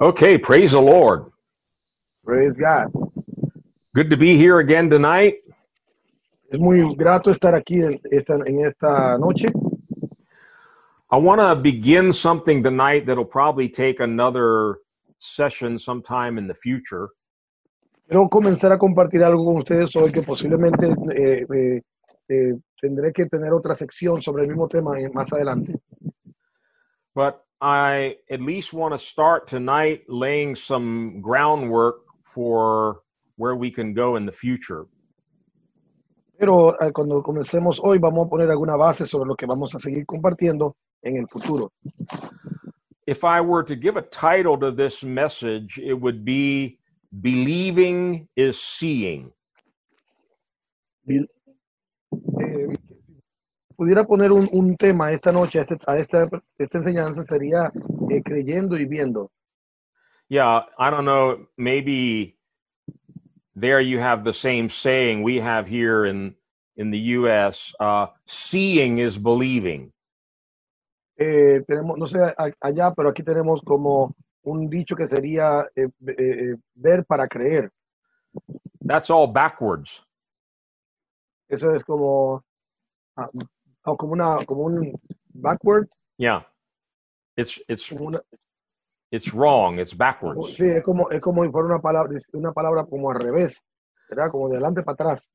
Okay, praise the Lord. Praise God. Good to be here again tonight. Es muy grato estar aquí en esta, en esta noche. I want to begin something tonight that'll probably take another session sometime in the future. Quiero comenzar a compartir algo con ustedes hoy que posiblemente eh, eh, eh, tendré que tener otra sección sobre el mismo tema en- más adelante. But I at least want to start tonight laying some groundwork for where we can go in the future. Pero eh, cuando comencemos hoy vamos a poner alguna base sobre lo que vamos a seguir compartiendo en el futuro. If I were to give a title to this message, it would be Believing is Seeing. Eh, pudiera poner un, un tema esta noche a, este- a esta, esta enseñanza sería eh, creyendo y viendo. Yeah, I don't know. Maybe there you have the same saying we have here in in the U.S. Uh, seeing is believing. eh, tenemos, no sé a- allá, pero aquí tenemos como un dicho que sería eh, eh, eh, ver para creer. That's all backwards. Eso es como, ah, o como una, como un backward, Yeah, it's it's como una- it's wrong. It's backwards. sí, es como, es como si fuera una palabra, una palabra como al revés, ¿verdad? Como de adelante para atrás.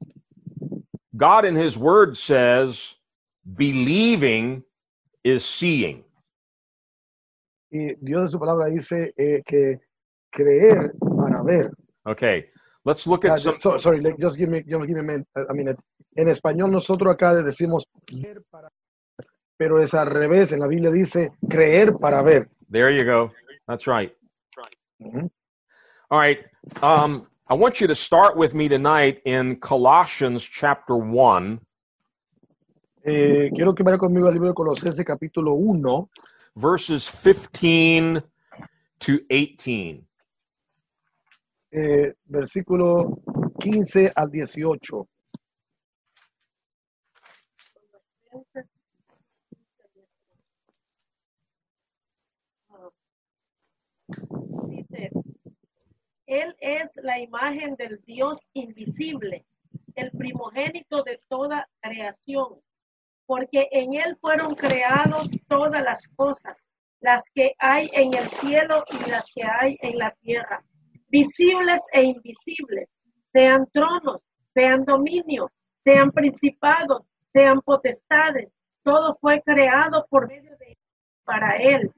God in His Word says, "Believing is seeing." Y Dios en su palabra dice eh, que creer para ver. Okay, let's look Ah, at some. so- sorry, like, just give me, just give me a minute. I mean, en español nosotros acá le decimos ver para pero es al revés. En la Biblia dice creer para ver. There you go. That's right. Ujú. All right. Um, I want you to start with me tonight in Colossians chapter one. Eh, quiero que vaya conmigo al libro de Colosenses capítulo 1, verses 15 to 18. eh, versículo 15 al 18. Dice, Él es la imagen del Dios invisible, el primogénito de toda creación, porque en Él fueron creados todas las cosas, las que hay en el cielo y las que hay en la tierra, visibles e invisibles, sean tronos, sean dominios, sean principados, sean potestades, todo fue creado por medio de Él, para Él,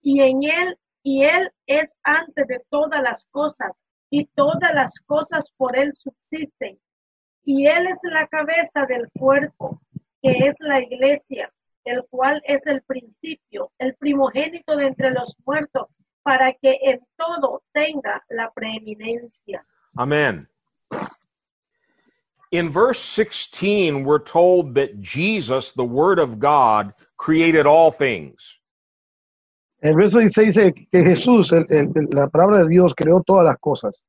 y en Él, y Él es antes de todas las cosas, y todas las cosas por Él subsisten. Y Él es la cabeza del cuerpo, que es la iglesia, el cual es el principio, el primogénito de entre los muertos, para que en todo tenga la preeminencia. Amen. In verse 16, we're told that Jesus, the Word of God, created all things. El verso 16 dice que Jesús, el- el- el- la palabra de Dios, creó todas las cosas.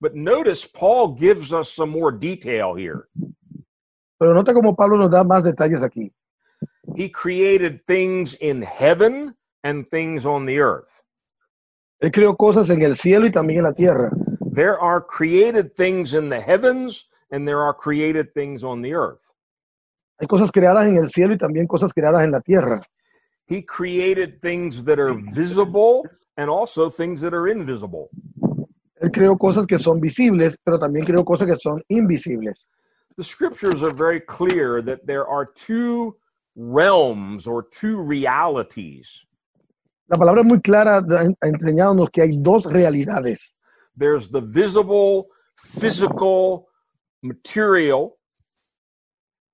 But notice Paul gives us some more detail here. Pero nota cómo Pablo nos da más detalles aquí. He created things in heaven and things on the earth. Él creó cosas en el cielo y también en la tierra. There are created things in the heavens and there are created things on the earth. Hay cosas creadas en el cielo y también cosas creadas en la tierra. He created things that are visible and also things that are invisible. Él creó cosas que son visibles, pero también creó cosas que son invisibles. The scriptures are very clear that there are two realms or two realities. La palabra es muy clara, da- ha enseñándonos que hay dos realidades. There's the visible, physical, material,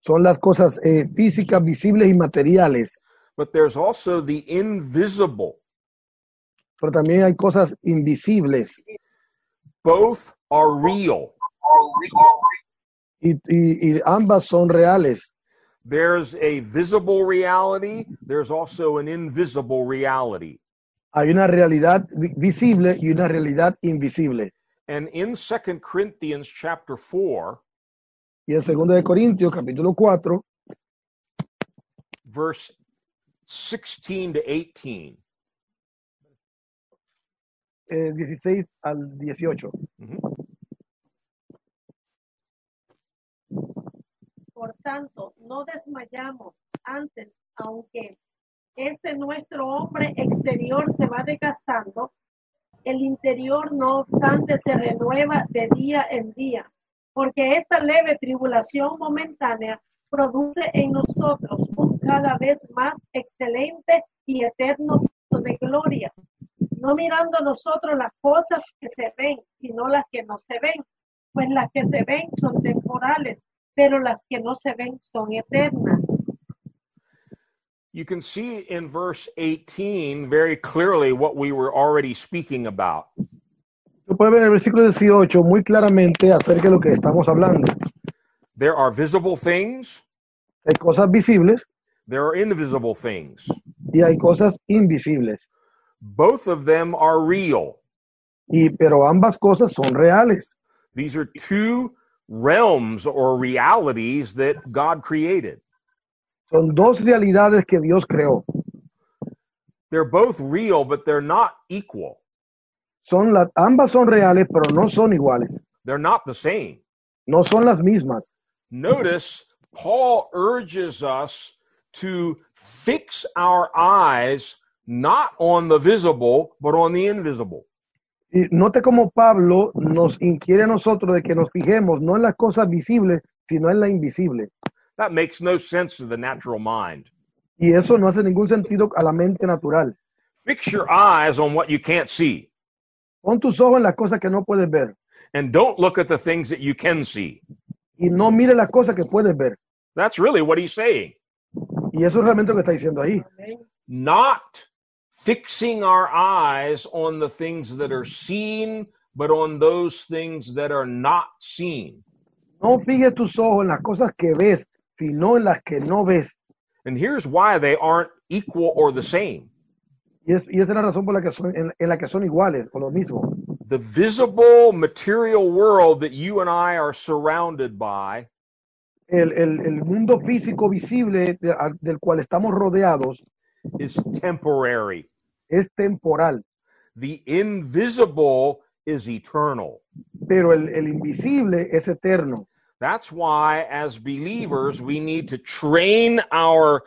Son las cosas eh, físicas, visibles y materiales. but there's also the invisible. pero también hay cosas invisibles Both are real. y, y- y ambas son reales. There's a visible reality, there's also an invisible reality. Hay una realidad vi- visible y una realidad invisible. And in Second Corinthians chapter 4, Y el segundo de Corintios, capítulo 4, verse 16 to 18. eh, 16 al 18. Por tanto, no desmayamos antes, aunque este nuestro hombre exterior se va desgastando, el interior no obstante se renueva de día en día, porque esta leve tribulación momentánea produce en nosotros un cada vez más excelente y eterno fruto de gloria, no mirando nosotros las cosas que se ven, sino las que no se ven, pues las que se ven son temporales, pero las que no se ven son eternas. You can see in verse 18 very clearly what we were already speaking about. Tú puedes ver en el versículo 18 muy claramente acerca de lo que estamos hablando. There are visible things, Hay cosas visibles there are invisible things. y hay cosas invisibles, Both of them are real. y, pero ambas cosas son reales. These are two realms or realities that God created. Son dos realidades que Dios creó. They're both real, but they're not equal. Son la- ambas son reales, pero no son iguales. They're not the same. No son las mismas. Notice Paul urges us to fix our eyes not on the visible, but on the invisible. Y note cómo Pablo nos inquiere a nosotros de que nos fijemos no en las cosas visibles, sino en la invisible. That makes no sense to the natural mind. Y eso no hace ningún sentido a la mente natural. Fix your eyes on what you can't see Pon tus ojos en las cosas que no puedes ver and don't look at the things that you can see. y no mire las cosas que puedes ver. That's really what he's saying. Y eso es realmente lo que está diciendo ahí. Amén. Not fixing our eyes on the things that are seen, but on those things that are not seen. No fijes tus ojos en las cosas que ves, sino en las que no ves. And here's why they aren't equal or the same. Y, es- y esa es la razón por la que son, en, en la que son iguales o lo mismo. the visible material world that you and I are surrounded by El, el- el mundo físico visible de- a- del cual estamos rodeados is temporary. es temporal, The invisible is eternal. pero el, el invisible es eterno. That's why, as believers, we need to train our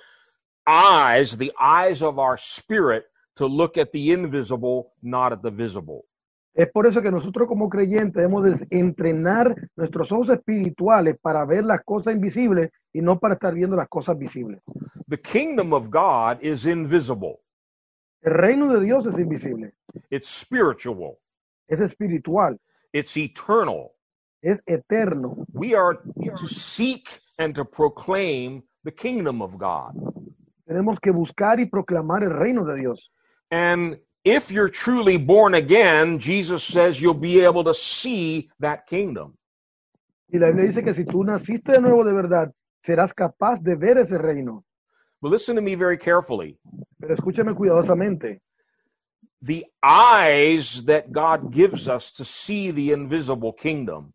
eyes, the eyes of our spirit, to look at the invisible, not at the visible. Es por eso que nosotros como creyentes debemos de entrenar nuestros ojos espirituales para ver las cosas invisibles y no para estar viendo las cosas visibles. The kingdom of God is invisible, El reino de Dios es invisible, it's spiritual, es espiritual, it's eternal. es eterno. We are to seek and to proclaim the kingdom of God. Tenemos que buscar y proclamar el reino de Dios. And if you're truly born again, Jesus says you'll be able to see that kingdom. Y la Biblia dice que si tú naciste de nuevo de verdad, serás capaz de ver ese reino. But listen to me very carefully. Pero escúchame cuidadosamente. The eyes that God gives us to see the invisible kingdom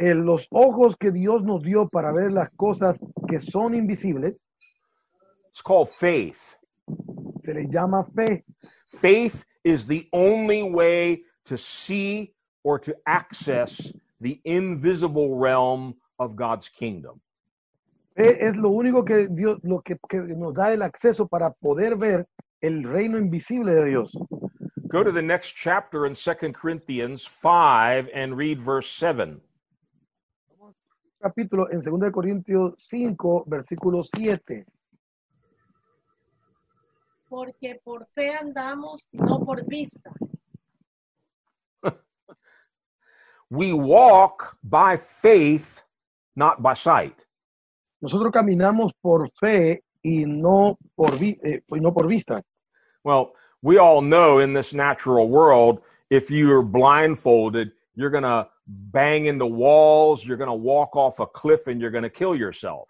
Eh, los ojos que Dios nos dio para ver las cosas que son invisibles it's called faith. se les llama fe. Faith is the only way to see or to access the invisible realm of God's kingdom. Fe es lo único que Dios, lo que, que nos da el acceso para poder ver el reino invisible de Dios. Go to the next chapter in 2 Corinthians 5 and read verse 7. Capítulo en 2 de Corintios 5, versículo 7. Porque por fe andamos, no por vista. we walk by faith, not by sight. Nosotros caminamos por fe y no por, vi- eh, y no por vista. Well, we all know in this natural world, if you're blindfolded, you're going to bang into walls, you're going to walk off a cliff, and you're going to kill yourself.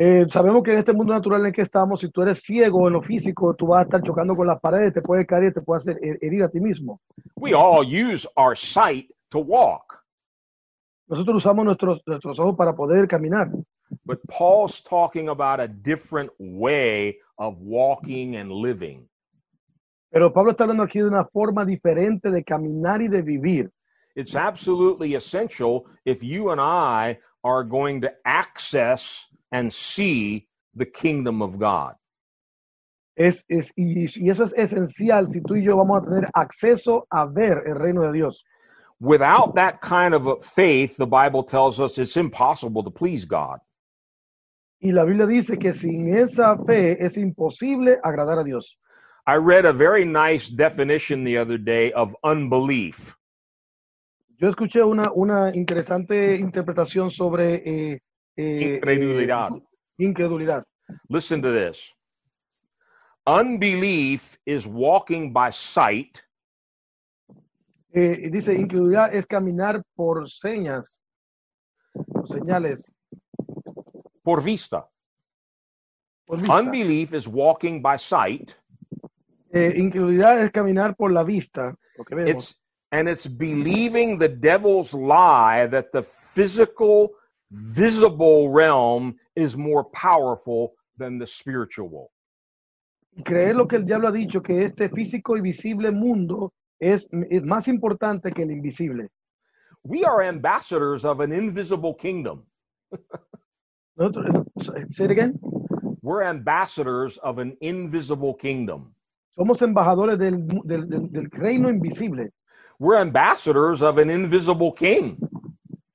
Eh, sabemos que en este mundo natural en el que estamos, si tú eres ciego en lo físico, tú vas a estar chocando con las paredes, te puedes caer y te puedes hacer her- herir a ti mismo. We all use our sight to walk. Nosotros usamos nuestros, nuestros ojos para poder caminar, But Paul's talking about a different way of walking and living. Pero Pablo está hablando aquí de una forma diferente de caminar y de vivir. It's absolutely essential if you and I are going to access and see the kingdom of God. Es, es, y, y eso es esencial si tú y yo vamos a tener acceso a ver el reino de Dios. Without that kind of a faith, the Bible tells us it's impossible to please God. Y la Biblia dice que sin esa fe es imposible agradar a Dios. I read a very nice definition the other day of unbelief. Yo escuché una, una interesante interpretación sobre eh, eh, Incredulidad. eh, incredulidad. Listen to this unbelief is walking by sight, Eh, y dice, incredulidad es caminar por señas, por señales, por vista. por vista. Unbelief is walking by sight. Eh, incredulidad es caminar por la vista, lo que vemos. It's and it's believing the devil's lie that the physical, visible realm is more powerful than the spiritual. creer lo que el diablo ha dicho, que este físico y visible mundo es, es más importante que el invisible. We are ambassadors of an invisible kingdom. Nosotros, say it again. We're ambassadors of an invisible kingdom. somos embajadores del, mu- del- del- del reino invisible, We're ambassadors of an invisible king.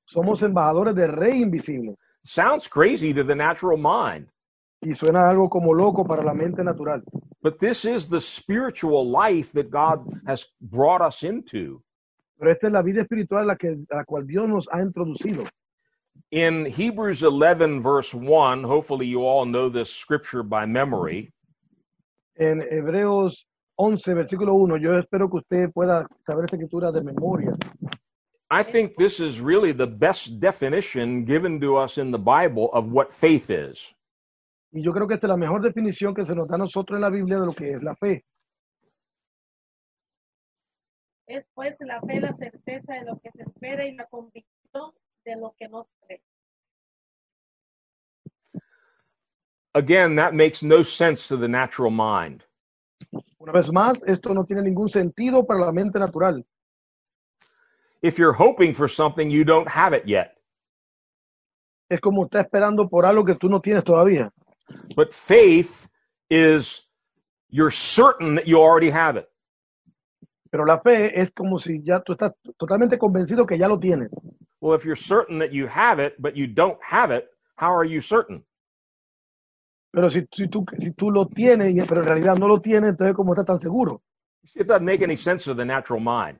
somos embajadores del rey invisible. Sounds crazy to the natural mind. Y suena algo como loco para la mente natural. But this is the spiritual life that God has brought us into. Pero esta es la vida espiritual a la, que, a la cual Dios nos ha introducido. In Hebrews 11, verse 1, hopefully you all know this scripture by memory. En Hebreos 11, versículo 1, yo espero que usted pueda saber esta escritura de memoria. I think this is really the best definition given to us in the Bible of what faith is. Y yo creo que esta es la mejor definición que se nos da a nosotros en la Biblia de lo que es la fe. Es pues la fe, la certeza de lo que se espera y la convicción de lo que no se ve. Again, that makes no sense to the natural mind. Una vez más, esto no tiene ningún sentido para la mente natural. If you're hoping for something, you don't have it yet. Es como está esperando por algo que tú no tienes todavía. But faith is you're certain that you already have it. Pero la fe es como si ya tú estás totalmente convencido que ya lo tienes. Well, if you're certain that you have it, but you don't have it, how are you certain? Pero si, si, tú, si tú lo tienes, y- pero en realidad no lo tienes, entonces ¿cómo estás tan seguro? It doesn't make any sense to the natural mind.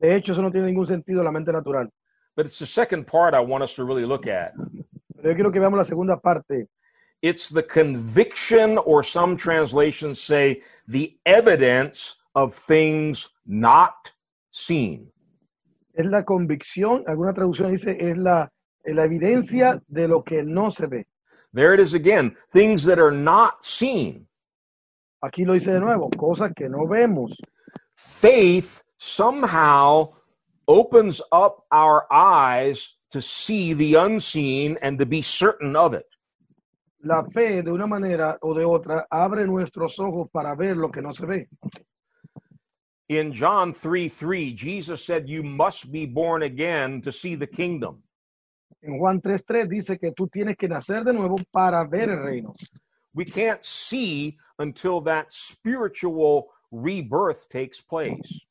De hecho, eso no tiene ningún sentido en la mente natural. But it's the second part I want us to really look at. Pero yo quiero que veamos la segunda parte. It's the conviction, or some translations say the evidence of things not seen. Es la convicción, alguna traducción dice, es la, es la evidencia de lo que no se ve. There it is again things that are not seen. Aquí lo dice de nuevo, cosas que no vemos. Faith somehow opens up our eyes to see the unseen and to be certain of it. La fe, de una manera o de otra, abre nuestros ojos para ver lo que no se ve. In John 3 3, Jesus said, You must be born again to see the kingdom. En Juan 3.3 dice que tú tienes que nacer de nuevo para ver el reino. We can't see until that spiritual rebirth takes place.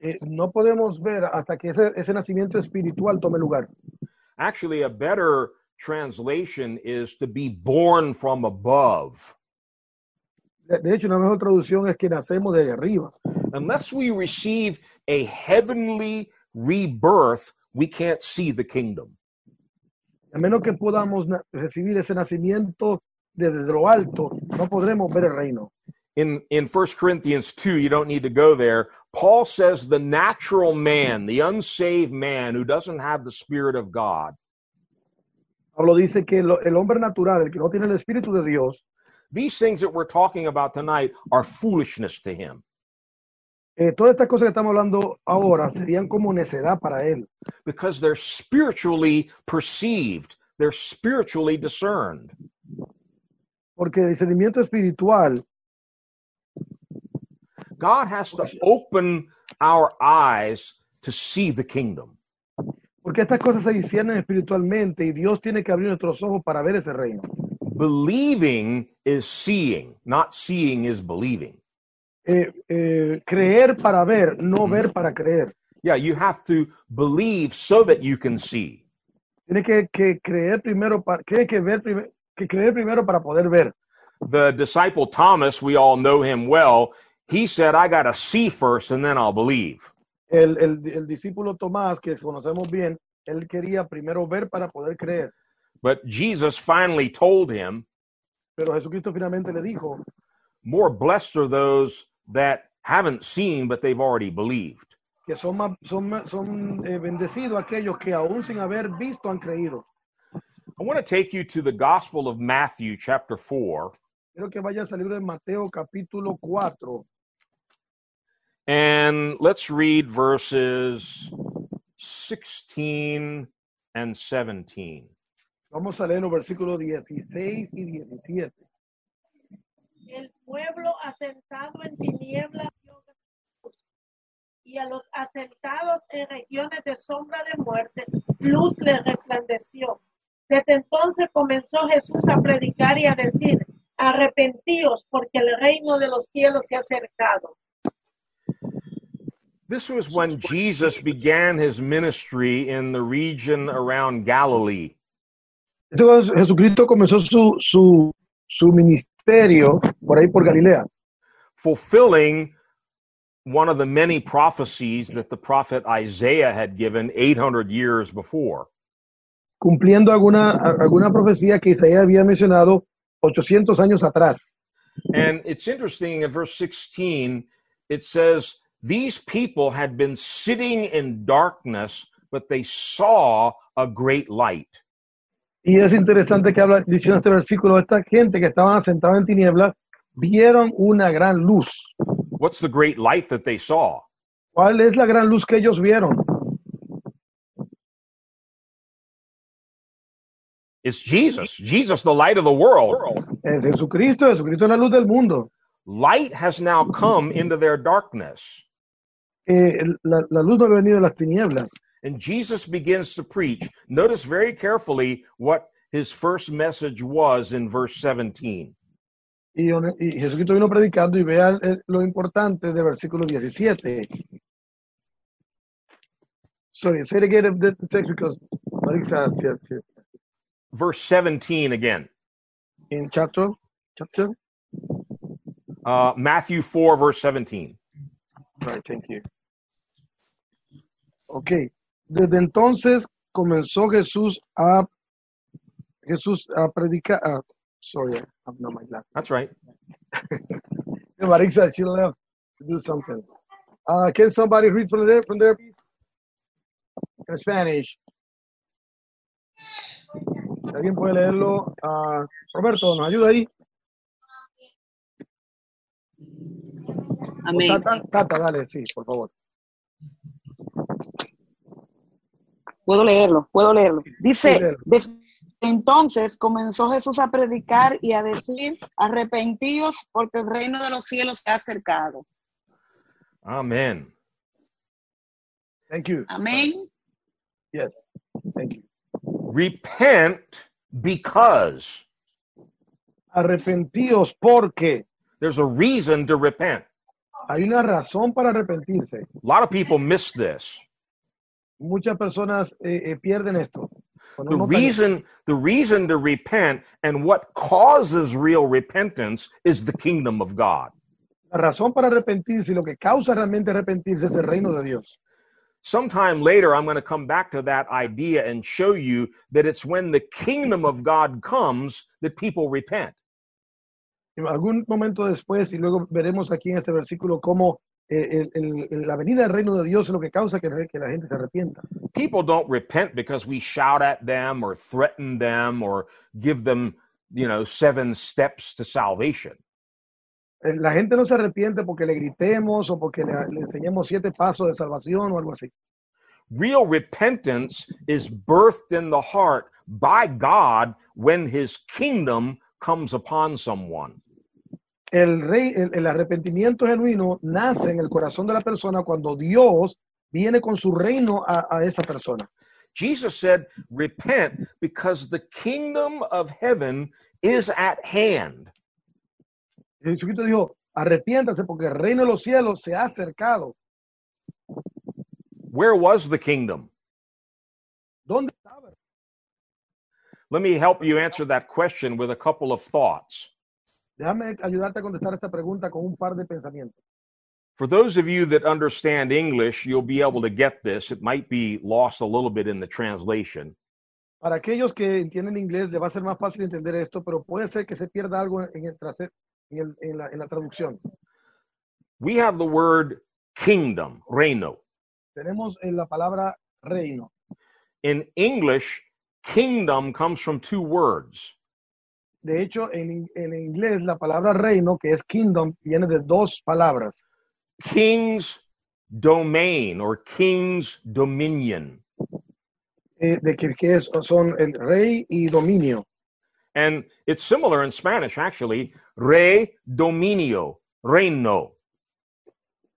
Eh, no podemos ver hasta que ese, ese nacimiento espiritual tome lugar. Actually, a better translation is to be born from above. De, de hecho, una mejor traducción es que nacemos de arriba. Unless we receive a heavenly rebirth, we can't see the kingdom. A menos que podamos na- recibir ese nacimiento desde lo alto, no podremos ver el reino. in in 1 Corinthians 2, you don't need to go there. Paul says the natural man, the unsaved man who doesn't have the spirit of God, Pablo dice que lo- el hombre natural, el que no tiene el Espíritu de Dios, these things that we're talking about tonight are foolishness to him. eh, todas estas cosas que estamos hablando ahora serían como necedad para él. because they're spiritually perceived, they're spiritually discerned. Porque el discernimiento espiritual God has to open our eyes to see the kingdom. Porque estas cosas se disciernen espiritualmente y Dios tiene que abrir nuestros ojos para ver ese reino. Believing is seeing, not seeing is believing. Eh, eh, creer para ver, no ver para creer. Yeah, you have to believe so that you can see. Tiene que, que creer primero para tiene que ver prim- que creer primero para poder ver. The disciple Thomas, we all know him well, he said, I got to see first and then I'll believe. El, el- el discípulo Tomás, que conocemos bien, él quería primero ver para poder creer. But Jesus finally told him, Pero Jesucristo finalmente le dijo, More blessed are those that haven't seen, but they've already believed. que son, más- son, más- son eh, bendecidos aquellos que aún sin haber visto han creído. I want to take you to the Gospel of Matthew, chapter 4, Quiero que vayas al libro de Mateo capítulo 4 and let's read verses 16 and 17. Vamos a leer los versículos 16 y 17. El pueblo asentado en tinieblas vio gran luz, y a los asentados en regiones de sombra de muerte, luz les resplandeció. Desde entonces comenzó Jesús a predicar y a decir, arrepentíos porque el reino de los cielos se ha acercado. This was when Jesus began his ministry in the region around Galilee. Entonces Jesucristo comenzó su, su, su ministerio por ahí por Galilea, fulfilling one of the many prophecies that the prophet Isaiah had given 800 years before. cumpliendo alguna, a- alguna profecía que Isaías había mencionado 800 años atrás. And it's interesting in verse 16, it says, These people had been sitting in darkness, but they saw a great light. Y es interesante que habla, diciendo este versículo, esta gente que estaban sentada en tinieblas vieron una gran luz. What's the great light that they saw? ¿Cuál es la gran luz que ellos vieron? It's Jesus, Jesus, the light of the world. Es Eh, Jesucristo, Jesucristo es la luz del mundo. Light has now come into their darkness. Eh, el- la, la luz no había venido de las tinieblas. And Jesus begins to preach. Notice very carefully what his first message was in verse 17. Y, on- y Jesucristo vino predicando y vea el- lo importante del versículo 17. Sorry, say it again if the text because Marisa, yes, yes. Verse 17 again. in chapter, chapter, Uh, Matthew 4, verse 17. right, thank you. Ok, desde entonces comenzó Jesús a, Jesús a predicar, ah, sorry, I'm not my glasses. That's right. Marisa, she left to do something. Uh, can somebody read from there, from there, please? In Spanish. Si alguien puede leerlo. Ah, Roberto, ¿nos ayuda ahí? O Amén. Tata, Tata, dale, sí, por favor. Puedo leerlo, puedo leerlo. Sí, Dice, léelo. desde entonces comenzó Jesús a predicar y a decir, arrepentíos porque el reino de los cielos se ha acercado. Amen. Thank you. Amén. Yes, thank you. Repent because Arrepentíos porque there's a reason to repent. hay una razón para arrepentirse. A lot of people miss this. Muchas personas eh, eh, pierden esto. Cuando The no tan- reason, the reason to repent and what causes real repentance is the kingdom of God. la razón para arrepentirse y lo que causa realmente arrepentirse es el reino de Dios. sometime later i'm going to come back to that idea and show you that it's when the kingdom of god comes that people repent En algún momento después, y luego veremos aquí en este versículo cómo eh, el- el- la venida del reino de Dios es lo que causa que, que la gente se arrepienta. people don't repent because we shout at them or threaten them or give them you know seven steps to salvation Eh, La gente no se arrepiente porque le gritemos o porque le, le enseñemos siete pasos de salvación o algo así. real repentance is birthed in the heart by god when his kingdom comes upon someone el, rey, el, el arrepentimiento genuino nace en el corazón de la persona cuando Dios viene con su reino a, a esa persona. Jesus said, Repent because the kingdom of heaven is at hand. Jesucristo dijo, arrepiéntase porque el reino de los cielos se ha acercado. Where was the kingdom? ¿Dónde estaba? Let me help you answer that question with a couple of thoughts. Déjame ayudarte a contestar esta pregunta con un par de pensamientos. For those of you that understand English, you'll be able to get this. It might be lost a little bit in the translation. Para aquellos que entienden inglés, le va a ser más fácil entender esto, pero puede ser que se pierda algo en, el trase- en el- en la, en la traducción. We have the word kingdom, reino. Tenemos en la palabra reino. In English, kingdom comes from two words. De hecho, en, in- en inglés, la palabra reino, que es kingdom, viene de dos palabras. king's domain or king's dominion. eh, de que, que es- son el rey y dominio. And it's similar in Spanish, actually. Rey dominio, reino.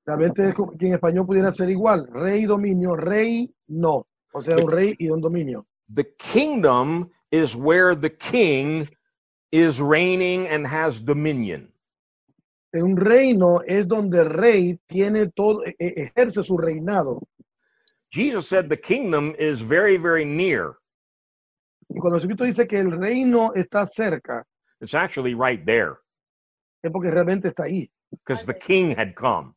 Realmente es como que en español pudiera ser igual, rey y dominio, rey no. O sea, un rey y un dominio. The kingdom is where the king is reigning and has dominion. En un reino es donde el rey tiene todo, e- e- ejerce su reinado. Jesus said the kingdom is very, very near. Y cuando Jesucristo dice que el reino está cerca, It's actually right there es porque realmente está ahí. because the king had come.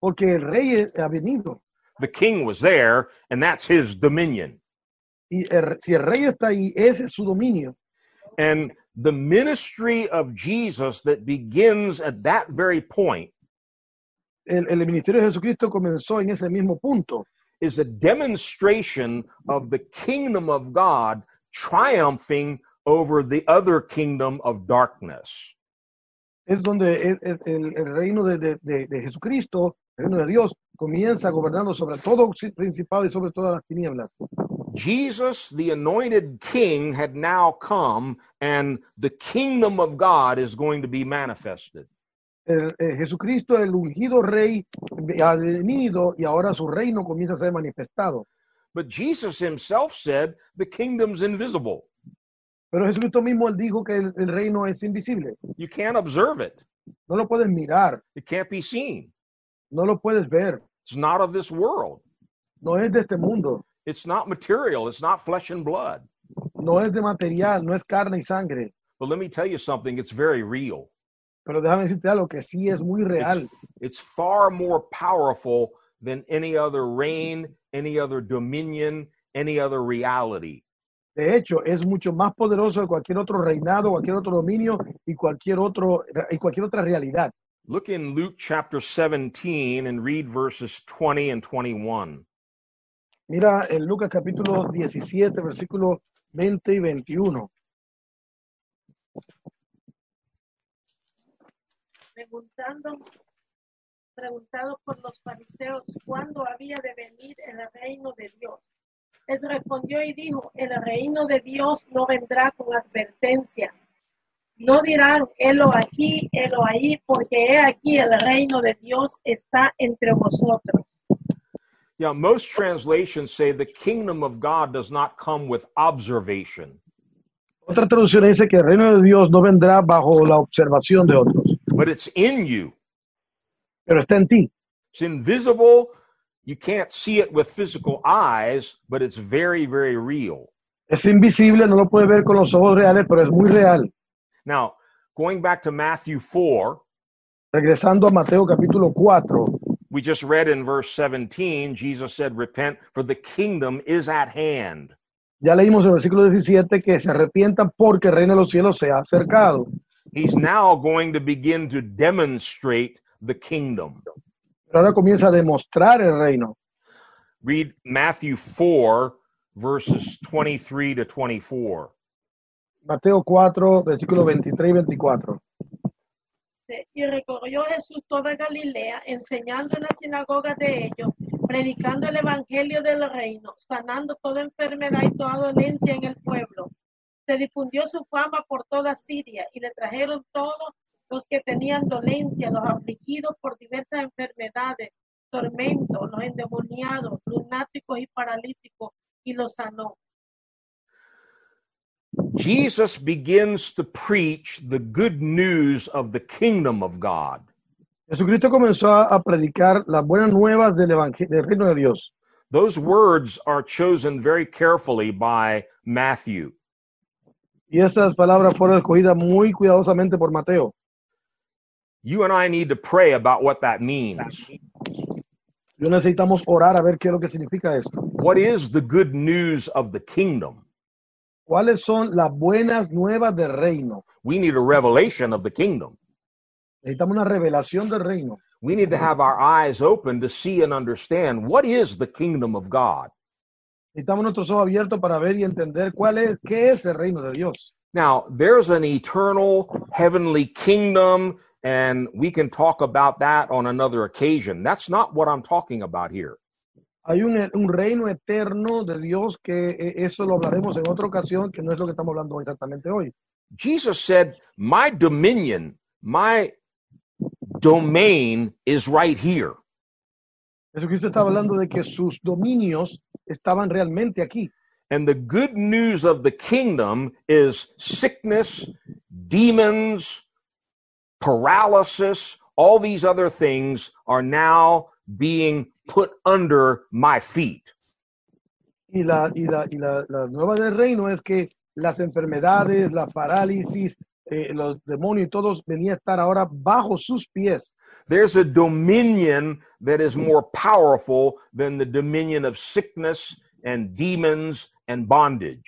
Porque el rey ha venido. The king was there, and that's his dominion. Y el- si el rey está ahí, ese es su dominio. And the ministry of Jesus that begins at that very point El, el ministerio de Jesucristo comenzó en ese mismo punto. is a demonstration of the kingdom of God triumphing over the other kingdom of darkness. es donde es- es el, el reino de, de- de- de Jesucristo, el reino de Dios, comienza gobernando sobre todo si- principado y sobre todas las tinieblas. Jesus, the anointed king, had now come, and the kingdom of God is going to be manifested. El- eh, Jesucristo, el ungido rey, ha venido y ahora su reino comienza a ser manifestado. But Jesus himself said, The kingdom's invisible. Pero Jesucristo mismo él dijo que el, el reino es invisible. You can't observe it, No lo puedes mirar, it can't be seen. no lo puedes ver. It's not of this world, No es de este mundo, it's not material, it's not flesh and blood. no es de material, no es carne y sangre. But let me tell you something, it's very real. Pero déjame decirte algo que sí es muy real. It's, it's far more powerful than any other reign, any other dominion, any other reality. De hecho, es mucho más poderoso que cualquier otro reinado, cualquier otro dominio y cualquier, otro, y cualquier otra realidad. Look in Luke chapter 17 and read verses 20 and 21. Mira en Lucas capítulo 17, versículos 20 y 21. preguntando, preguntado por los fariseos cuándo había de venir el reino de Dios. Les respondió y dijo, el reino de Dios no vendrá con advertencia. No dirán, helo aquí, helo ahí, porque he aquí el reino de Dios está entre vosotros. Yeah, most translations say the kingdom of God does not come with observation, Otra traducción dice que el reino de Dios no vendrá bajo la observación de otros, but it's in you. pero está en ti. It's invisible. You can't see it with physical eyes, but it's very, very real. Es invisible, no lo puedes ver con los ojos reales, pero es muy real. Now, going back to Matthew 4, Regresando a Mateo capítulo 4, We just read in verse 17, Jesus said, Repent, for the kingdom is at hand. ya leímos en el versículo 17 que se arrepientan porque el reino de los cielos se ha acercado. He's now going to begin to demonstrate the kingdom. Pero ahora comienza a demostrar el reino. Read Matthew 4, verses 23 to 24. Mateo 4, versículo 23 y 24. Dice, Y recorrió Jesús toda Galilea, enseñando en las sinagogas de ellos, predicando el evangelio del reino, sanando toda enfermedad y toda dolencia en el pueblo. Se difundió su fama por toda Siria y le trajeron todos los que tenían dolencia, los afligidos por diversas enfermedades, tormentos, los endemoniados, lunáticos y paralíticos, y los sanó. Jesus begins to preach the good news of the kingdom of God. Jesucristo comenzó a, a predicar las buenas nuevas del, evangel- del reino de Dios. Those words are chosen very carefully by Matthew. Y esas palabras fueron escogidas muy cuidadosamente por Mateo. You and I need to pray about what that means. Yo necesitamos orar a ver qué es lo que significa esto. What is the good news of the kingdom? ¿Cuáles son las buenas nuevas del reino? We need a revelation of the kingdom. Necesitamos una revelación del reino. We need to have our eyes open to see and understand what is the kingdom of God. Necesitamos nuestros ojos abiertos para ver y entender cuál es, qué es el reino de Dios. Now, there's an eternal heavenly kingdom, and we can talk about that on another occasion. That's not what I'm talking about here. Hay un, un reino eterno de Dios que eh, eso lo hablaremos en otra ocasión, que no es lo que estamos hablando exactamente hoy. Jesus said, My dominion, my domain is right here. Jesucristo estaba hablando de que sus dominios estaban realmente aquí. And the good news of the kingdom is sickness, demons, paralysis, all these other things are now being put under my feet. Y la, y la, y la, la nueva del reino es que las enfermedades, la parálisis, eh, los demonios y todos venía a estar ahora bajo sus pies. There's a dominion that is more powerful than the dominion of sickness and demons and bondage.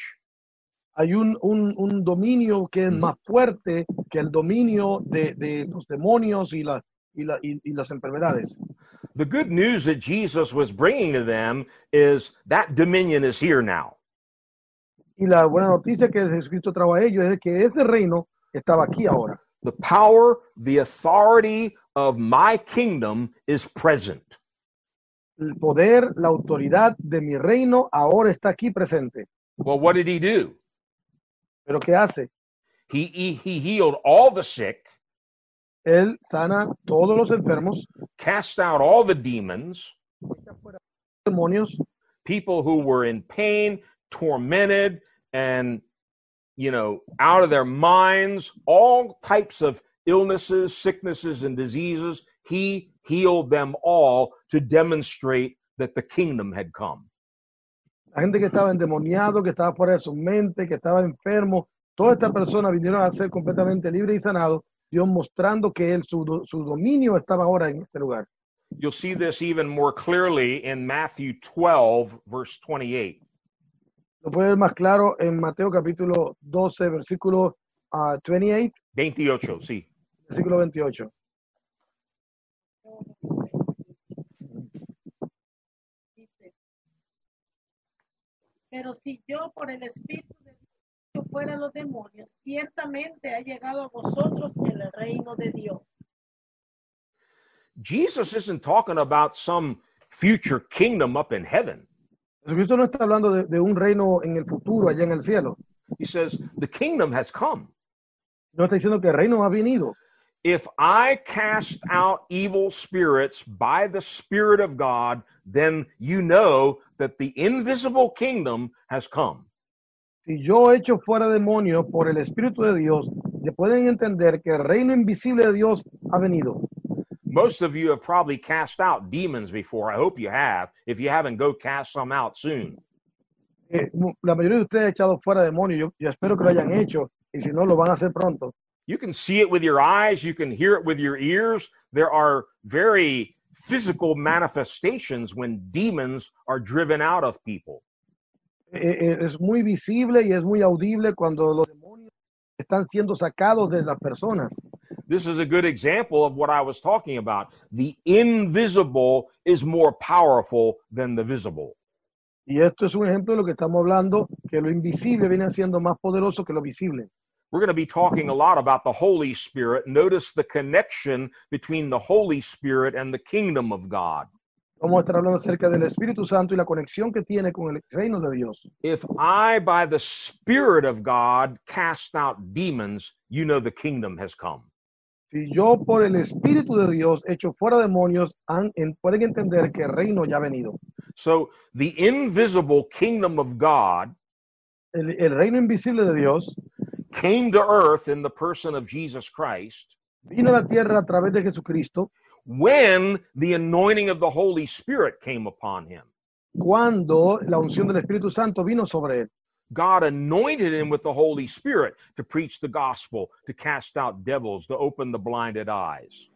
Hay un, un- un dominio que es más fuerte que el dominio de, de los demonios y, la, y, la- y- y las enfermedades. The good news that Jesus was bringing to them is that dominion is here now. Y la buena noticia que Jesucristo trajo a ellos es que ese reino estaba aquí ahora. The power, the authority of my kingdom is present. El poder, la autoridad de mi reino ahora está aquí presente. Well, what did he do? Pero ¿qué hace? He, he, he healed all the sick, Él sana todos los enfermos, cast out all the demons, demonios, people who were in pain, tormented, and, you know, out of their minds, all types of illnesses, sicknesses, and diseases. He healed them all to demonstrate that the kingdom had come. la gente que estaba endemoniado, que estaba fuera de su mente, que estaba enfermo, todas estas personas vinieron a ser completamente libres y sanados, Dios mostrando que él, su, do- su dominio estaba ahora en este lugar. You'll see this even more clearly in Matthew 12, verse 28. Lo puede ver más claro en Mateo capítulo 12, versículo ah, 28, 28, sí. versículo 28. Dice, pero si yo por el Espíritu de Dios fuera los demonios, ciertamente ha llegado a vosotros el reino de Dios. Jesus isn't talking about some future kingdom up in heaven. Jesucristo no está hablando de, de un reino en el futuro, allá en el cielo. He says, The kingdom has come. No está diciendo que el reino ha venido. If I cast out evil spirits by the Spirit of God, then you know that the invisible kingdom has come. Si yo echo fuera demonios por el Espíritu de Dios, ya pueden entender que el reino invisible de Dios ha venido. Most of you have probably cast out demons before. I hope you have. If you haven't, go cast some out soon. Eh, mu- la mayoría de ustedes ha echado fuera demonios, yo, yo espero que lo hayan hecho, y si no, lo van a hacer pronto. You can see it with your eyes, you can hear it with your ears. There are very physical manifestations when demons are driven out of people. Eh, eh, es muy visible y es muy audible cuando los demonios están siendo sacados de las personas. This is a good example of what I was talking about. The invisible is more powerful than the visible. Y esto es un ejemplo de lo que estamos hablando, que lo invisible viene siendo más poderoso que lo visible. We're going to be talking a lot about the Holy Spirit. Notice the connection between the Holy Spirit and the kingdom of God. Vamos a estar hablando acerca del Espíritu Santo y la conexión que tiene con el reino de Dios. If I, by the Spirit of God, cast out demons, you know the kingdom has come. Si yo por el Espíritu de Dios echo fuera demonios, han- en- pueden entender que el reino ya ha venido. So the invisible kingdom of God El, el reino invisible de Dios came to earth in the person of Jesus Christ vino a la tierra a través de Jesucristo when the anointing of the Holy Spirit came upon him. cuando la unción del Espíritu Santo vino sobre él. God anointed him with the Holy Spirit to preach the gospel, to cast out devils, to open the blinded eyes.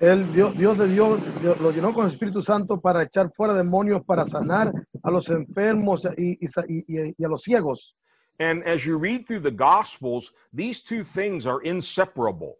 Él, Dios, Dios de Dios, Dios lo llenó con el Espíritu Santo para echar fuera demonios, para sanar a los enfermos y, y sa- y- y- y a los ciegos. And as you read through the gospels, these two things are inseparable.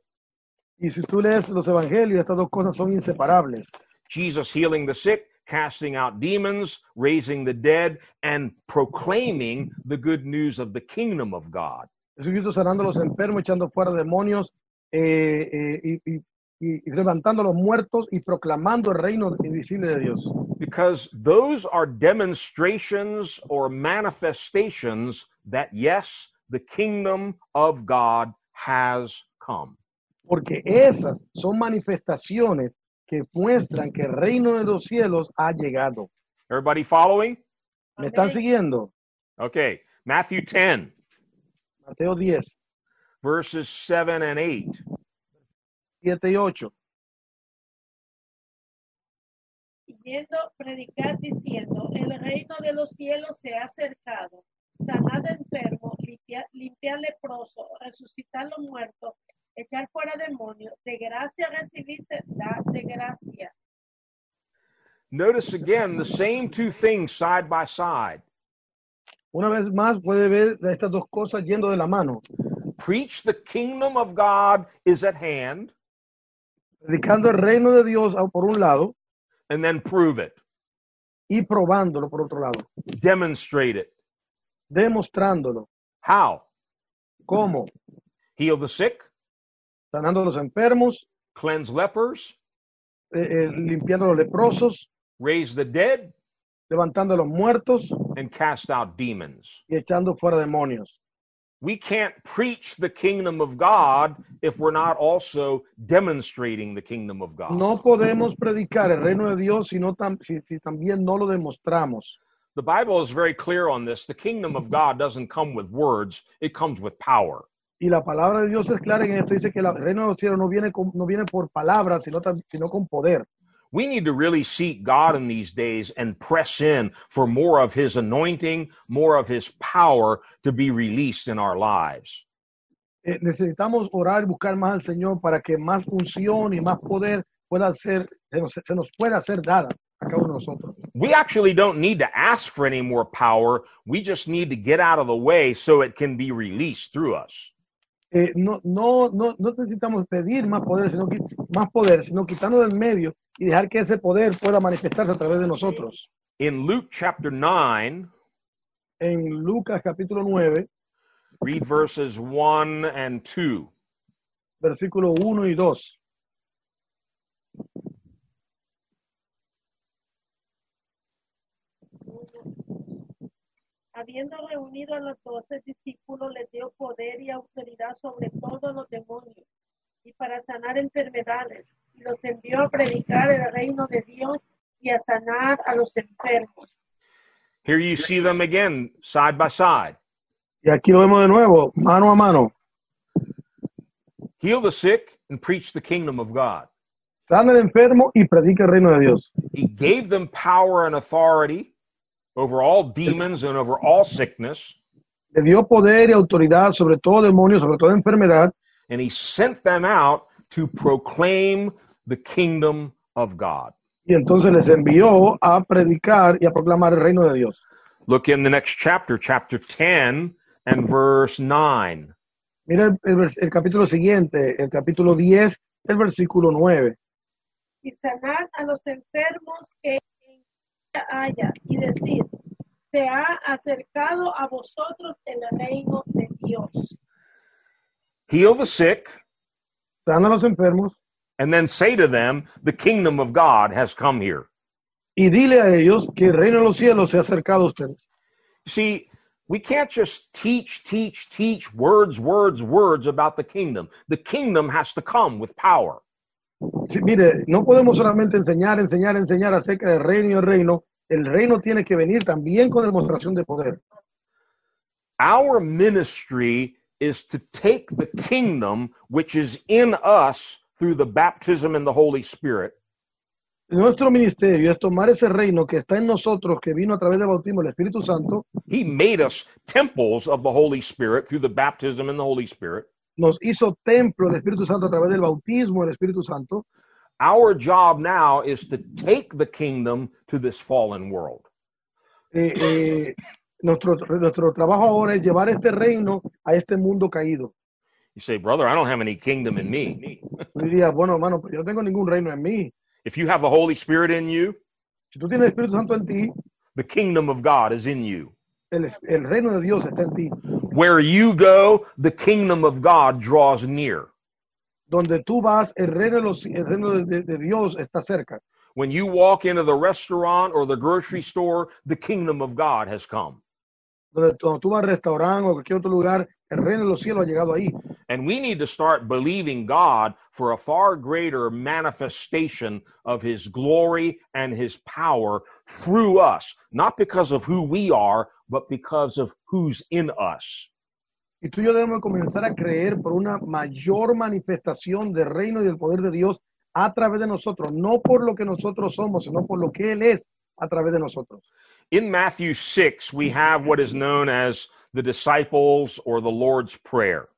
Y si tú lees los evangelios, estas dos cosas son inseparables. Jesus healing the sick, casting out demons, raising the dead, and proclaiming the good news of the kingdom of God. Jesucristo sanando a los enfermos, echando fuera demonios eh, eh, y, y- y- y levantando a los muertos y proclamando el reino invisible de Dios. Because those are demonstrations or manifestations that, yes, the kingdom of God has come. Porque esas son manifestaciones que muestran que el reino de los cielos ha llegado. Everybody following? ¿Me están Amén. siguiendo? Okay. Matthew 10, Mateo 10, verses 7 and 8. 7 y 8. y yendo predicar diciendo, el reino de los cielos se ha acercado, sanad enfermos, limpiar, limpiar leprosos, resucitar los muertos, echar fuera demonios, de gracia recibiste, da de gracia. Notice again the same two things side by side Una vez más puede ver estas dos cosas yendo de la mano. preach the kingdom of God is at hand, Predicando el reino de Dios ah, por un lado and then prove it, y probándolo por otro lado. demonstrate it. Demostrándolo. How? ¿Cómo? Heal the sick, Sanando a los enfermos, cleanse lepers, eh, eh, limpiando a los leprosos, raise the dead, levantando a los muertos and cast out demons. y echando fuera demonios. We can't preach the kingdom of God if we're not also demonstrating the kingdom of God. No podemos predicar el reino de Dios si, no tam- si- si también no lo demostramos. The Bible is very clear on this. The kingdom of God doesn't come with words, it comes with power. Y la palabra de Dios es clara en esto. Dice que la- el reino de los cielos no viene, con- no viene por palabras, sino, tam- sino con poder. We need to really seek God in these days and press in for more of His anointing, more of His power to be released in our lives. Eh, necesitamos orar y buscar más al Señor para que más función y más poder pueda ser, se nos, se nos pueda ser dada a cada uno de nosotros. We actually don't need to ask for any more power. We just need to get out of the way so it can be released through us. Eh, no, no, no, no necesitamos pedir más poder, sino que- más poder, sino quitarnos del medio y dejar que ese poder pueda manifestarse a través de nosotros. In Luke chapter 9, En Lucas capítulo 9, read verses 1 and 2. versículo 1 y 2. Habiendo reunido a los doce discípulos, les dio poder y autoridad sobre todos los demonios y para sanar enfermedades. Y los envió a predicar el reino de Dios y a sanar a los enfermos. Here you see them again, side by side. Y aquí lo vemos de nuevo, mano a mano. Heal the sick and preach the kingdom of God. Sana al enfermo y predica el reino de Dios. He gave them power and authority over all demons and over all sickness, Le dio poder y autoridad sobre todo demonio, sobre toda enfermedad, and he sent them out to proclaim the kingdom of God. y entonces les envió a predicar y a proclamar el reino de Dios. Look in the next chapter, chapter 10 and verse 9. Mira el, el vers- el capítulo siguiente, el capítulo 10, el versículo 9. y sanar a los enfermos que en ella haya y decir, se ha acercado a vosotros el reino de Dios. Heal the sick Sana a los enfermos and then say to them, the kingdom of God has come here. y dile a ellos que el reino de los cielos se ha acercado a ustedes. See, We can't just teach, teach, teach words, words, words about the kingdom. The kingdom has to come with power. Sí, mire, no podemos solamente enseñar, enseñar, enseñar acerca del reino y el reino. El reino tiene que venir también con demostración de poder. Our ministry is to take the kingdom which is in us through the baptism in the Holy Spirit Nuestro ministerio es tomar ese reino que está en nosotros, que vino a través del bautismo del Espíritu Santo, He made us temples of the Holy Spirit through the baptism in the Holy Spirit. nos hizo templo del Espíritu Santo a través del bautismo del Espíritu Santo. Our job now is to take the kingdom to this fallen world. Eh, eh, nuestro, nuestro trabajo ahora es llevar este reino a este mundo caído. You say, brother, I don't have any kingdom in me. Yo diría, bueno, hermano, pero yo no tengo ningún reino en mí. If you have the Holy Spirit in you, Si tú tienes el Espíritu Santo en ti, the kingdom of God is in you. el, el reino de Dios está en ti. Where you go, the kingdom of God draws near. Donde tú vas, el reino de, los- el reino de- de- de Dios está cerca. When you walk into the restaurant or the grocery store, the kingdom of God has come. Donde cuando tú vas al restaurante o cualquier otro lugar, el reino de los cielos ha llegado ahí. And we need to start believing God for a far greater manifestation of His glory and His power through us, not because of who we are, but because of who's in us. Y tú y yo debemos comenzar a creer por una mayor manifestación del reino y del poder de Dios a través de nosotros, no por lo que nosotros somos, sino por lo que Él es a través de nosotros. In Matthew 6, we have what is known as the disciples or the Lord's Prayer.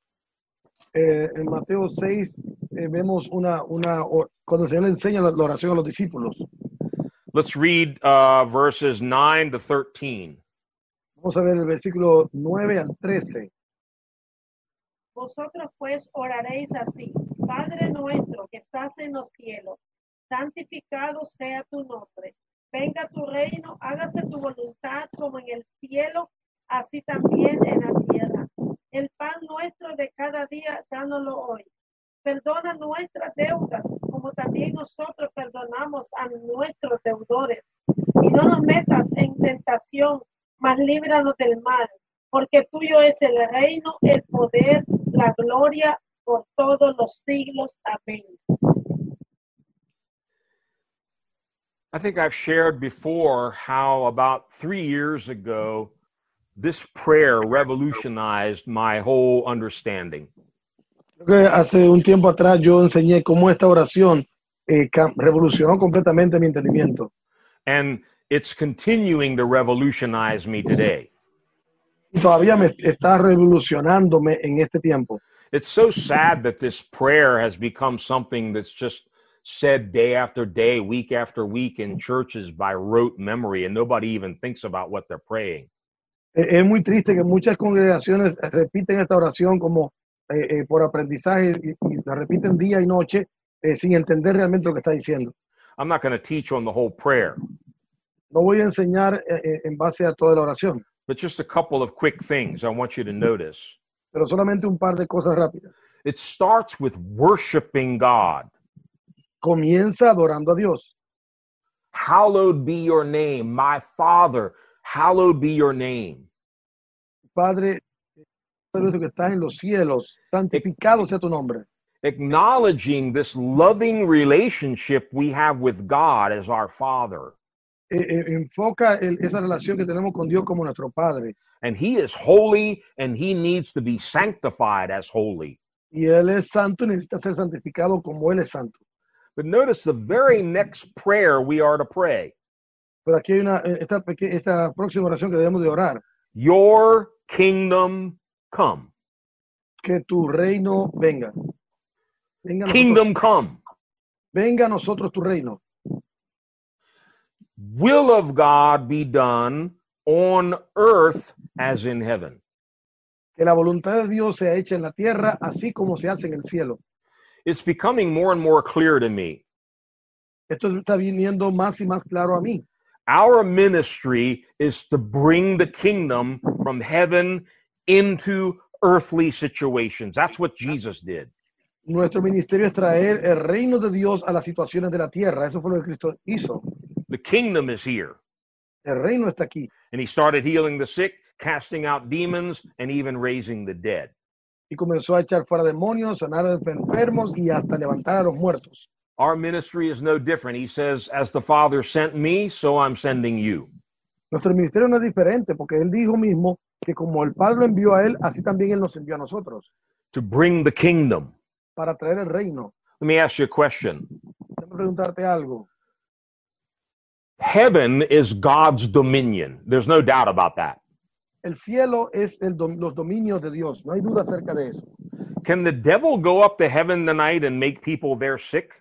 Eh, en Mateo 6 eh, vemos una, una, or- cuando el Señor le enseña la, la oración a los discípulos. Let's read uh, verses 9 to 13. Vamos a ver el versículo 9 al 13. Vosotros pues oraréis así, Padre nuestro que estás en los cielos, santificado sea tu nombre, venga tu reino, hágase tu voluntad como en el cielo, así también en la tierra. El pan nuestro de cada día, dánoslo hoy. Perdona nuestras deudas, como también nosotros perdonamos a nuestros deudores. Y no nos metas en tentación, mas líbranos del mal porque tuyo es el reino, el poder, la gloria por todos los siglos. Amén. I think I've shared before how about three years ago, this prayer revolutionized my whole understanding. Creo que hace un tiempo atrás yo enseñé cómo esta oración eh, cam- revolucionó completamente mi entendimiento. And it's continuing to revolutionize me today. Y todavía me está revolucionándome en este tiempo. It's so sad that this prayer has become something that's just said day after day, week after week in churches by rote memory, and nobody even thinks about what they're praying. Eh, Es muy triste que muchas congregaciones repiten esta oración como eh, eh, por aprendizaje y, y la repiten día y noche eh, sin entender realmente lo que está diciendo. I'm not going to teach on the whole prayer, No voy a enseñar eh, eh, en base a toda la oración, but just a couple of quick things I want you to notice. pero solamente un par de cosas rápidas. It starts with worshiping God. Comienza adorando a Dios. Hallowed be your name, my Father. Hallowed be your name. Padre, Padre nuestro que estás en los cielos, santificado sea tu nombre. Acknowledging this loving relationship we have with God as our Father. Eh, eh, enfoca el- esa relación que tenemos con Dios como nuestro Padre. And He is holy and He needs to be sanctified as holy. Y Él es santo y necesita ser santificado como Él es santo. But notice the very next prayer we are to pray Pero aquí hay una, eh, esta, peque- esta próxima oración que debemos de orar. Your kingdom come. que tu reino venga. Venga a, nosotros, Kingdom come. venga a nosotros tu reino. Will of God be done on earth as in heaven. Que la voluntad de Dios sea hecha en la tierra, así como se hace en el cielo. It's becoming more and more clear to me. Esto está viniendo más y más claro a mí. Our ministry is to bring the kingdom from heaven into earthly situations. That's what Jesus did. Nuestro ministerio es traer el reino de Dios a las situaciones de la tierra. Eso fue lo que Cristo hizo. The kingdom is here. El reino está aquí. And he started healing the sick, casting out demons, and even raising the dead. y comenzó a echar fuera demonios, sanar a los enfermos y hasta levantar a los muertos. Our ministry is no different. He says, As the Father sent me, so I'm sending you. Nuestro ministerio no es diferente porque él dijo mismo que como el Padre lo envió a él, así también él nos envió a nosotros to bring the kingdom. para traer el reino. Let me ask you a question. Déjame preguntarte algo. Heaven is God's dominion. There's no doubt about that. El cielo es el dom- los dominios de Dios, no hay duda acerca de eso. Can the devil go up to heaven tonight and make people there sick?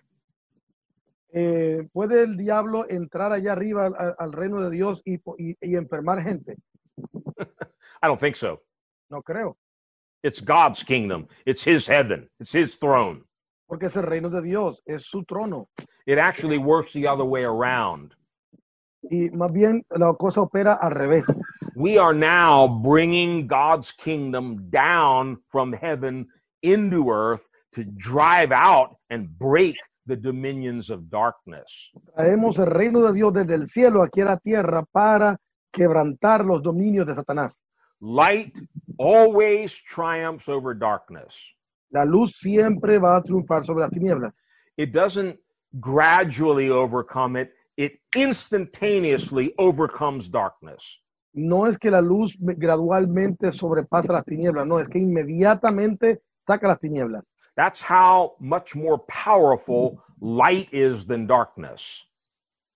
Eh, ¿Puede el diablo entrar allá arriba al, al- al reino de Dios y, po- y- y enfermar gente? I don't think so. No creo, It's God's kingdom, it's his heaven, it's his throne. porque es el reino de Dios, es su trono. It actually works the other way around. Y más bien la cosa opera al revés. We are now bringing God's kingdom down from heaven into earth to drive out and break the dominions of darkness. Traemos el reino de Dios desde el cielo aquí a la tierra para quebrantar los dominios de Satanás. light always triumphs over darkness. La luz siempre va a triunfar sobre las tinieblas. It doesn't gradually overcome it, it instantaneously overcomes darkness. No es que la luz me- gradualmente sobrepasa las tinieblas, no, es que inmediatamente saca las tinieblas. That's how much more powerful light is than darkness.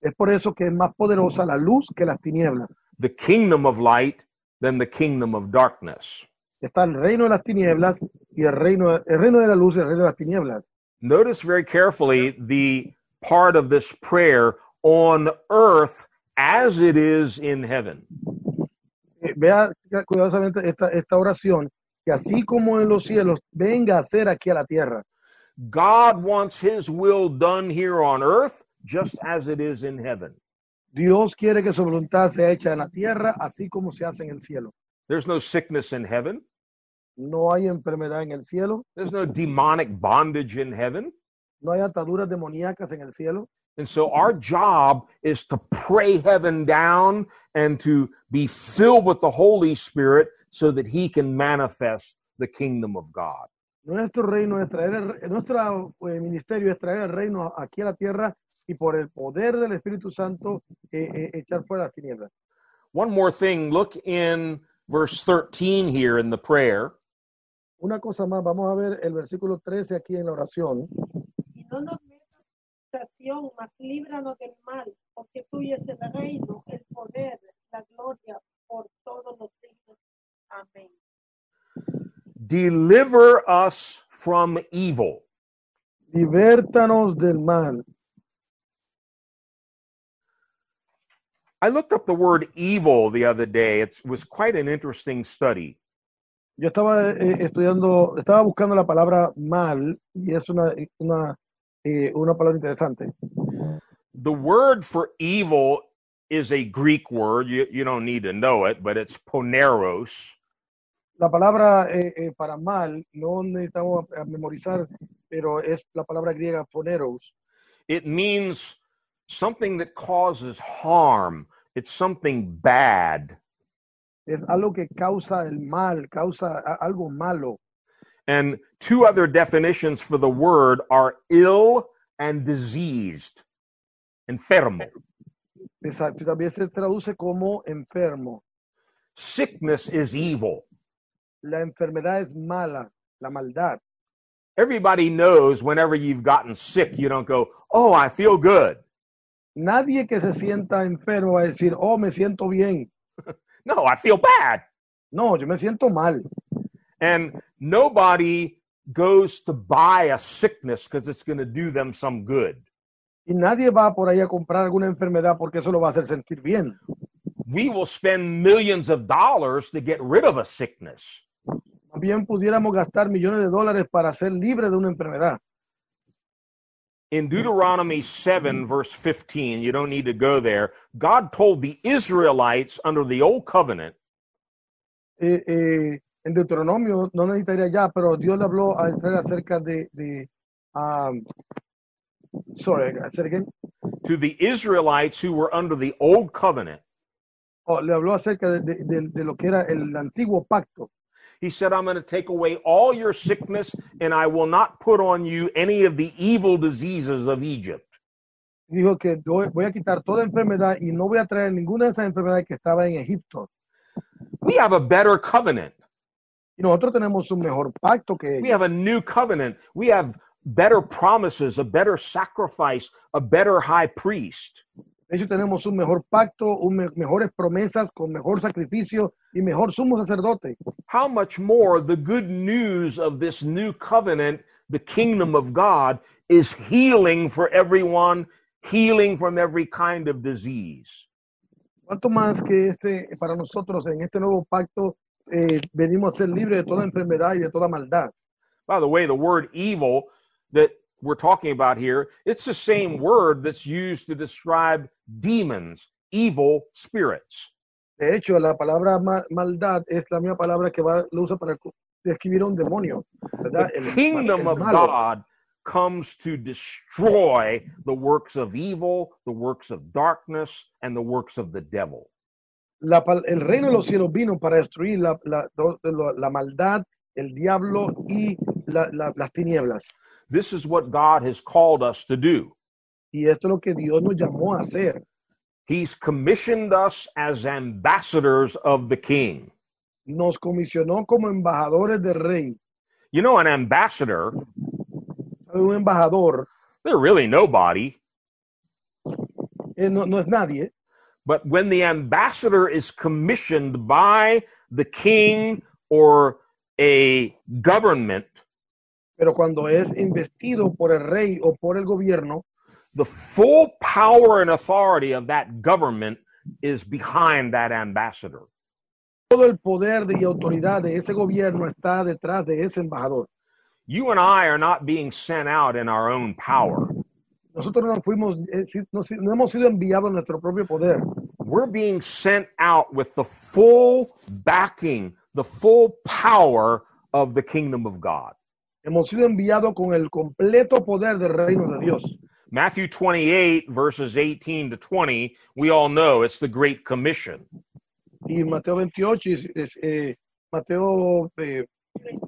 Es por eso que es más poderosa la luz que las tinieblas. The kingdom of light than the kingdom of darkness. Está el reino de las tinieblas y el reino, el reino de la luz y el reino de las tinieblas. Notice very carefully the part of this prayer on earth as it is in heaven. Eh, Vea cuidadosamente esta, esta oración, que así como en los cielos, venga a ser aquí a la tierra. God wants his will done here on earth just as it is in heaven. Dios quiere que su voluntad sea hecha en la tierra, así como se hace en el cielo. There's no sickness in heaven. No hay enfermedad en el cielo, There's no demonic bondage in heaven. no hay ataduras demoníacas en el cielo. And so our job is to pray heaven down and to be filled with the Holy Spirit so that he can manifest the kingdom of God. Nuestro reino es traer, el, re- nuestro eh, ministerio es traer el reino aquí a la tierra y por el poder del Espíritu Santo eh, eh, echar fuera las tinieblas. One more thing, look in verse 13 here in the prayer. Una cosa más, vamos a ver el versículo 13 aquí en la oración. y no nos metas en tentación, mas líbranos del mal, porque tuyo es el reino, el poder, la gloria por todos los siglos. Amén. Deliver us from evil. Libertanos del mal. I looked up the word evil the other day. It was quite an interesting study. Yo estaba eh, estudiando, estaba buscando la palabra mal y es una, una, eh, una palabra interesante. The word for evil is a Greek word. You, you don't need to know it, but it's poneros. La palabra eh, eh, para mal no necesitamos a- a memorizar, pero es la palabra griega poneros. It means something that causes harm, it's something bad. Es algo que causa el mal, causa a- algo malo. And two other definitions for the word are ill and diseased. Enfermo. Exacto. y También se traduce como enfermo. Sickness is evil. La enfermedad es mala, la maldad. Everybody knows whenever you've gotten sick, you don't go, oh, I feel good. Nadie que se sienta enfermo va a decir, oh, me siento bien. No, I feel bad. No, yo me siento mal. And nobody goes to buy a sickness because it's going to do them some good. Y nadie va por ahí a comprar alguna enfermedad porque eso lo va a hacer sentir bien. We will spend millions of dollars to get rid of a sickness. Más bien pudiéramos gastar millones de dólares para ser libre de una enfermedad. In Deuteronomy 7, verse 15, you don't need to go there. God told the Israelites under the old covenant, Eh, eh, en Deuteronomio no necesitaría ya, pero Dios le habló a Israel acerca de... de, um, sorry, I said again. to the Israelites who were under the old covenant, Oh, le habló acerca de, de- de- de lo que era el antiguo pacto. He said, I'm going to take away all your sickness, and I will not put on you any of the evil diseases of Egypt. Dijo que doy- voy a quitar toda enfermedad y no voy a traer ninguna de esas enfermedades que estaba en Egipto. We have a better covenant. Y nosotros tenemos un mejor pacto que We ellos. have a new covenant. We have better promises, a better sacrifice, a better high priest. De hecho, tenemos un mejor pacto, un me- mejores promesas, con mejor sacrificio y mejor sumo sacerdote. How much more the good news of this new covenant, the kingdom of God, is healing for everyone, healing from every kind of disease. ¿Cuánto más que ese, para nosotros en este nuevo pacto eh, venimos a ser libres de toda enfermedad y de toda maldad? By the way, the word evil that we're talking about here, it's the same word that's used to describe demons, evil spirits. De hecho, la palabra ma- maldad es la misma palabra que va, lo usa para cu- describir a un demonio. ¿verdad? El- The kingdom el of malo. God comes to destroy the works of evil, the works of darkness, and the works of the devil. La pal- el reino de los cielos vino para destruir la, la- do- lo- la maldad, el diablo y la- la- las tinieblas. This is what God has called us to do. Y esto es lo que Dios nos llamó a hacer. He's commissioned us as ambassadors of the king. Nos comisionó como embajadores del rey. You know, an ambassador, Un embajador they're really nobody. eh, no, no es nadie, But when the ambassador is commissioned by the king or a government, pero cuando es investido por el rey o por el gobierno, the full power and authority of that government is behind that ambassador. todo el poder de- y autoridad de ese gobierno está detrás de ese embajador. You and I are not being sent out in our own power. Nosotros no fuimos, eh, si- no, si- no hemos sido enviados a nuestro propio poder. We're being sent out with the full backing, the full power of the kingdom of God. Hemos sido enviados con el completo poder del reino de Dios. Matthew 28, verses 18 to 20, we all know it's the Great Commission. Y Mateo 28, es- es, eh, Mateo eh,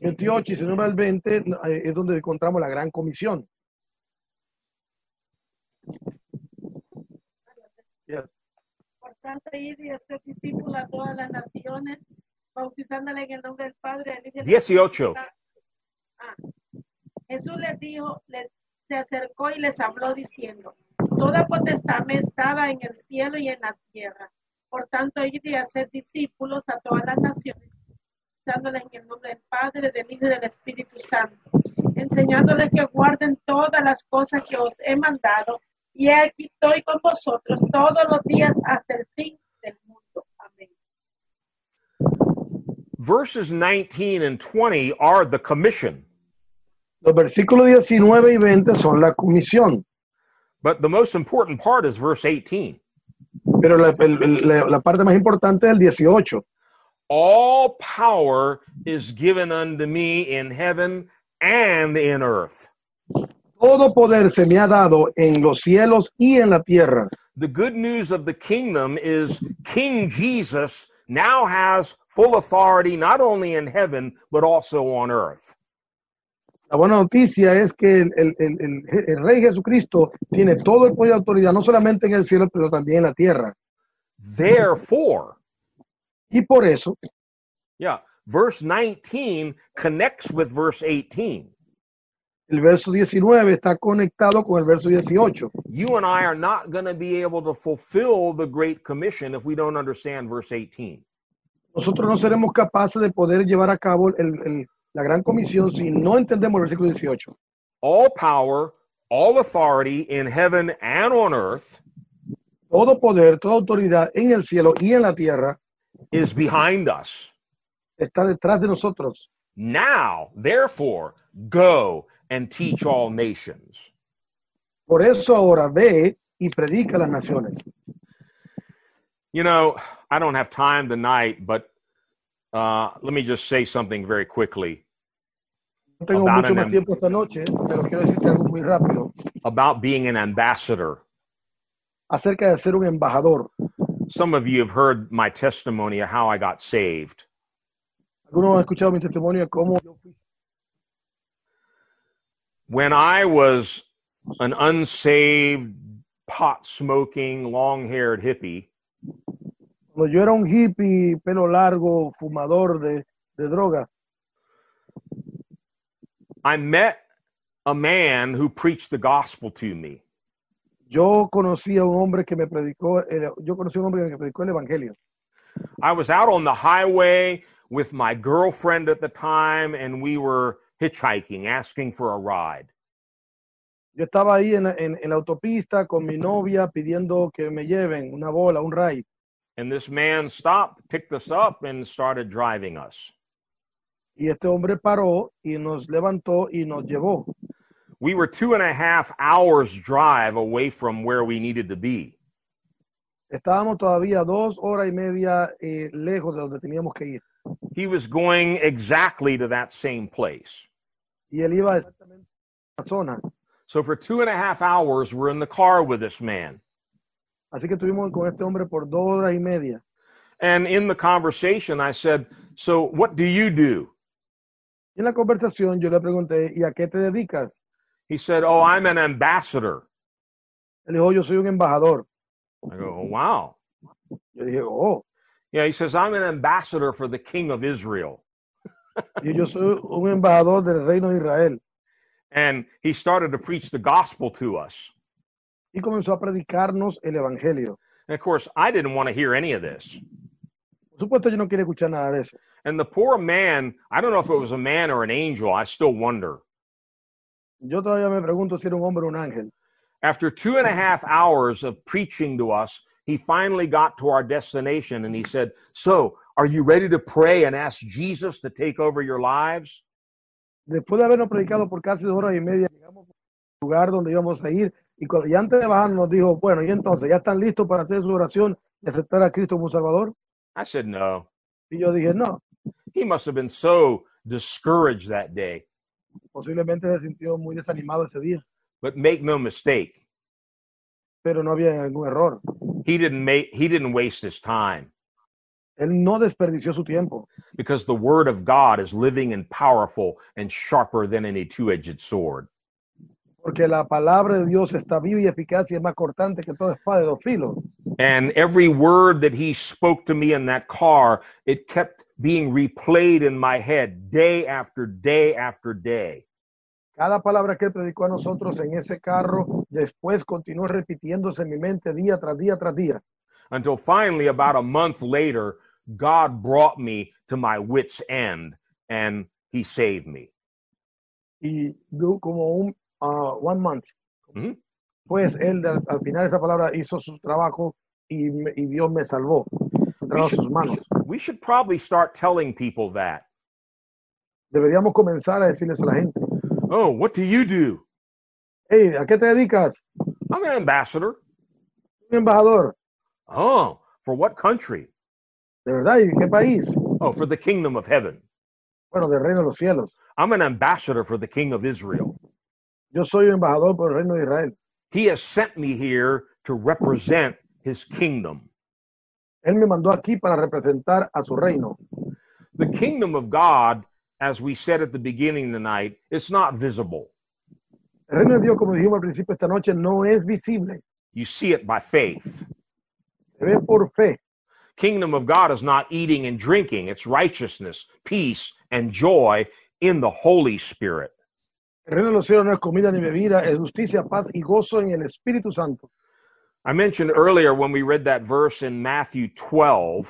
28, y si no va al 20, eh, es donde encontramos la gran comisión. Por tanto, ir y hacer discípulos a todas las naciones, bautizándoles en el nombre del Padre, del Hijo y del 18. Ah. Jesús les dijo, les- se acercó y les habló diciendo, toda potestad me estaba en el cielo y en la tierra. Por tanto, id y hacer discípulos a todas las naciones, dándoles en el nombre del Padre, del Hijo y del Espíritu Santo, enseñándoles que guarden todas las cosas que os he mandado. Y he aquí estoy con vosotros todos los días hasta el fin del mundo. Amén. verses 19 and 20 are the commission. Los versículos 19 y 20 son la comisión, But the most important part is verse 18. pero la, el- el- la- la parte más importante es el 18. All power is given unto me in heaven and in earth. Todo poder se me ha dado en los cielos y en la tierra. The good news of the kingdom is King Jesus now has full authority not only in heaven but also on earth. La buena noticia es que el, el- el- el- el Rey Jesucristo tiene todo el poder y autoridad, no solamente en el cielo, pero también en la tierra. Therefore, Y por eso, yeah, verse 19 connects with verse 18. el verso 19 está conectado con el verso 18. you and I are not going to be able to fulfill the Great Commission if we don't understand verse 18. Nosotros no seremos capaces de poder llevar a cabo el- el- la gran comisión si no entendemos el versículo 18. All power, all authority in heaven and on earth Todo poder, toda autoridad en el cielo y en la tierra is behind us. está detrás de nosotros. Now, therefore, go and teach all nations. Por eso ahora ve y predica a las naciones. You know, I don't have time tonight, but uh, let me just say something very quickly No tengo About mucho an más am- tiempo esta noche, pero quiero decirte algo muy rápido about being an ambassador. acerca de ser un embajador. Some of you have heard my testimony of how I got saved. Algunos han escuchado mi testimonio de cómo yo fui When I was an unsaved, pot smoking, long haired hippie, Cuando yo era un hippie, pelo largo, fumador de, de droga, I met a man who preached the gospel to me. yo conocí a un hombre que me predicó, el- yo conocí a un hombre que me predicó el evangelio. I was out on the highway with my girlfriend at the time, and we were hitchhiking, asking for a ride. Yo estaba ahí en, la- en- en la autopista con mi novia pidiendo que me lleven una bola, un ride. And this man stopped, picked us up, and started driving us. Y este hombre paró y nos levantó y nos llevó. We were two and a half hours' drive away from where we needed to be. Estábamos todavía dos horas y media eh, lejos de donde teníamos que ir. He was going exactly to that same place. Y él iba exactamente a la zona. So for two and a half hours, we're in the car with this man. Así que estuvimos con este hombre por dos horas y media. And in the conversation, I said, So what do you do? Y en la conversación yo le pregunté, ¿y a qué te dedicas? He said, Oh, I'm an ambassador. Él dijo, "Oh, yo soy un embajador. I go, oh, Wow. Yo dije, oh, Yeah, he says, I'm an ambassador for the king of Israel. y yo soy un embajador del reino de Israel. And he started to preach the gospel to us. Y comenzó a predicarnos el evangelio. And of course, I didn't want to hear any of this. Por supuesto, yo no quería escuchar nada de eso. And the poor man, I don't know if it was a man or an angel, I still wonder. Yo todavía me pregunto si era un hombre o un ángel. After two and a half hours of preaching to us, he finally got to our destination and he said, So, are you ready to pray and ask Jesus to take over your lives? Después de habernos predicado por casi dos horas y media, llegamos al lugar donde íbamos a ir. Y, cuando, y antes de bajar nos dijo, bueno, y entonces, ¿ya están listos para hacer su oración y aceptar a Cristo como Salvador? I said, No. Y yo dije, no, He must have been so discouraged that day. posiblemente se sintió muy desanimado ese día, But make no mistake, pero no había ningún error. he didn't make he didn't waste his time Él no desperdició su tiempo, because the word of God is living and powerful and sharper than any two-edged sword. porque la palabra de Dios está viva y eficaz y es más cortante que toda espada de dos filos. And every word that he spoke to me in that car, it kept being replayed in my head day after day after day. Cada palabra que él predicó a nosotros en ese carro, después continuó repitiéndose en mi mente día tras día tras día, Until finally, about a month later, God brought me to my wits' end and he saved me. y du- como un ah, one month. Ujú. Pues él al, al final esa palabra hizo su trabajo y, me- y Dios me salvó. Entraron should- sus manos. We should probably start telling people that. Deberíamos comenzar a decirles a la gente, Oh, what do you do? hey, ¿a qué te dedicas? I'm an ambassador. Un embajador, Oh, for what country? de verdad, ¿y qué país? Oh, for the kingdom of heaven. Bueno, del reino de los cielos. I'm an ambassador for the king of Israel. Yo soy un embajador por el reino de Israel. He has sent me here to represent his kingdom. Él me mandó aquí para representar a su reino. The kingdom of God, as we said at the beginning tonight, it's not visible. El reino de Dios, como dijimos al principio esta noche, no es visible. You see it by faith. Se ve por fe. Kingdom of God is not eating and drinking, it's righteousness, peace, and joy in the Holy Spirit. El reino de los cielos no es comida ni bebida, es justicia, paz y gozo en el Espíritu Santo. I mentioned earlier when we read that verse in Matthew 12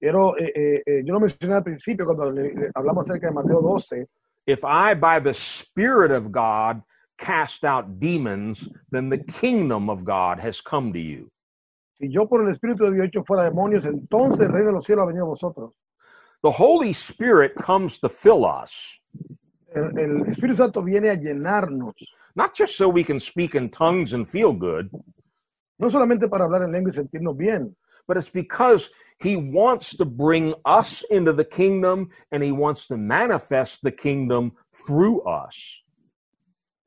Pero eh, eh, eh, yo lo mencioné al principio cuando le- le hablamos acerca de Mateo 12. if I by the Spirit of God cast out demons, then the kingdom of God has come to you. Si yo por el Espíritu de Dios hecho fuera demonios, entonces el reino de los cielos ha venido a vosotros. The Holy Spirit comes to fill us, El, el Espíritu Santo viene a llenarnos, not just so we can speak in tongues and feel good, no solamente para hablar en lengua y sentirnos bien, but it's because He wants to bring us into the kingdom and He wants to manifest the kingdom through us.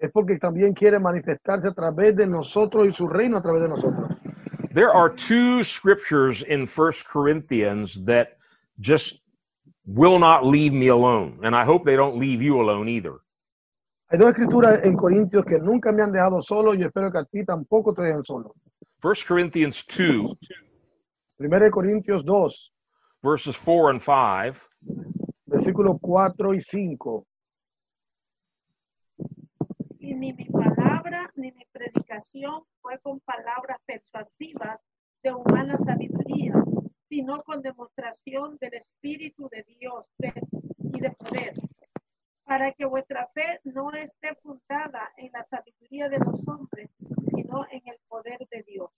es porque también quiere manifestarse a través de nosotros y su reino a través de nosotros. There are two scriptures in First Corinthians that just will not leave me alone, and I hope they don't leave you alone either. Hay dos escrituras en Corintios que nunca me han dejado solo y espero que a ti tampoco te dejen solo. First Corinthians 2, Primero de Corintios 2, verses 4 and 5. versículos 4 y 5. y ni mi palabra ni mi predicación fue con palabras persuasivas de humana sabiduría, sino con demostración del Espíritu de Dios de- y de poder, para que vuestra fe no esté fundada en la sabiduría de los hombres, sino en el poder de Dios.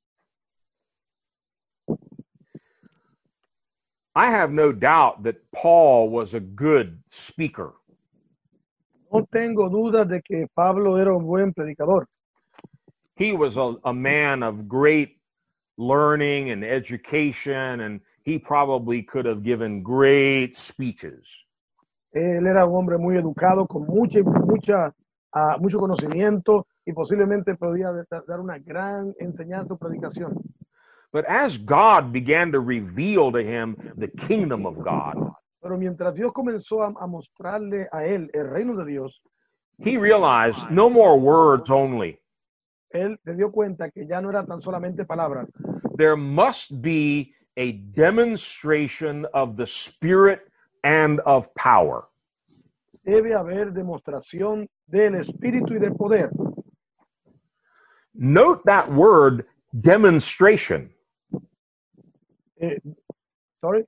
I have no doubt that Paul was a good speaker. No tengo dudas de que Pablo era un buen predicador. He was a, a man of great learning and education, and he probably could have given great speeches. Él era un hombre muy educado, con mucha, mucha, ah, mucho conocimiento y posiblemente podía de- dar una gran enseñanza o predicación. But as God began to reveal to him the kingdom of God, Pero mientras Dios comenzó a, a mostrarle a él el reino de Dios, he realized no more words only. él se dio cuenta que ya no era tan solamente palabras, There must be a demonstration of the Spirit and of power. debe haber demostración del espíritu y del poder. Note that word demonstration. Eh, sorry,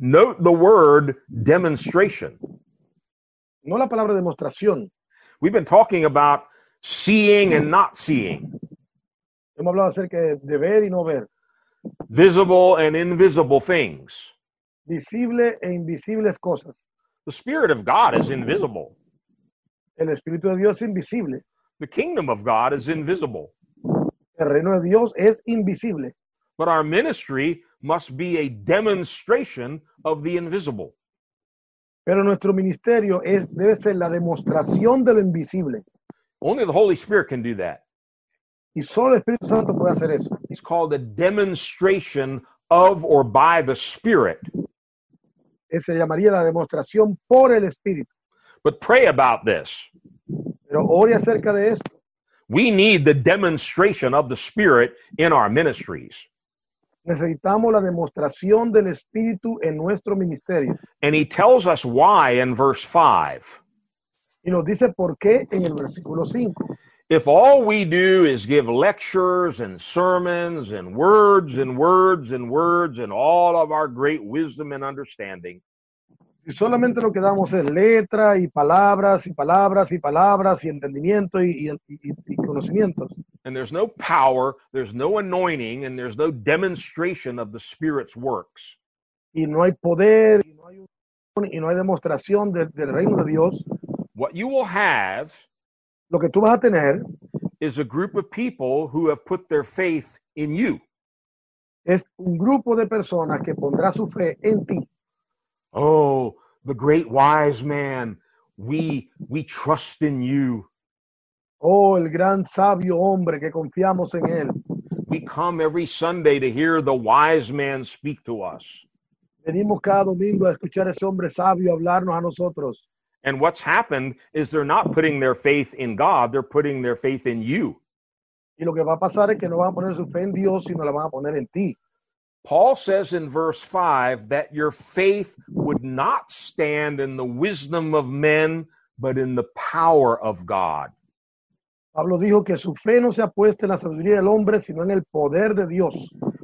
Note the word demonstration. no la palabra demostración. We've been talking about seeing and not seeing, Hemos hablado acerca de, de ver y no ver, visible and invisible things. visible e invisibles cosas. The Spirit of God is invisible, El espíritu de Dios es invisible, the kingdom of God is invisible. el reino de Dios es invisible. But our ministry must be a demonstration of the invisible. Pero nuestro ministerio es, debe ser la demostración de lo invisible. Only the Holy Spirit can do that. Y solo el Espíritu Santo puede hacer eso. It's called a demonstration of or by the Spirit. Eh, Se llamaría la demostración por el Espíritu. But pray about this. Pero ore acerca de esto. We need the demonstration of the Spirit in our ministries. Necesitamos la demostración del Espíritu en nuestro ministerio. And he tells us why in verse 5. Y nos dice por qué en el versículo 5. If all we do is give lectures and sermons and words and words and words and all of our great wisdom and understanding, Si solamente lo que damos es letra y palabras y palabras y palabras y entendimiento y, y- y- y conocimientos. and there's no power, there's no anointing, and there's no demonstration of the Spirit's works, Y no hay poder y no hay, unción, y no hay demostración del- del reino de Dios. what you will have Lo que tú vas a tener is a group of people who have put their faith in you. es un grupo de personas que pondrá su fe en ti. Oh, the great wise man, we we trust in you. Oh, el gran sabio hombre que confiamos en él. We come every Sunday to hear the wise man speak to us. Venimos cada domingo a escuchar a ese hombre sabio hablarnos a nosotros. And what's happened is they're not putting their faith in God, they're putting their faith in you. Y lo que va a pasar es que no van a poner su fe en Dios, sino la van a poner en ti. Paul says in verse 5 that your faith would not stand in the wisdom of men, but in the power of God. Pablo dijo que su fe no se ha puesto en la sabiduría del hombre, sino en el poder de Dios.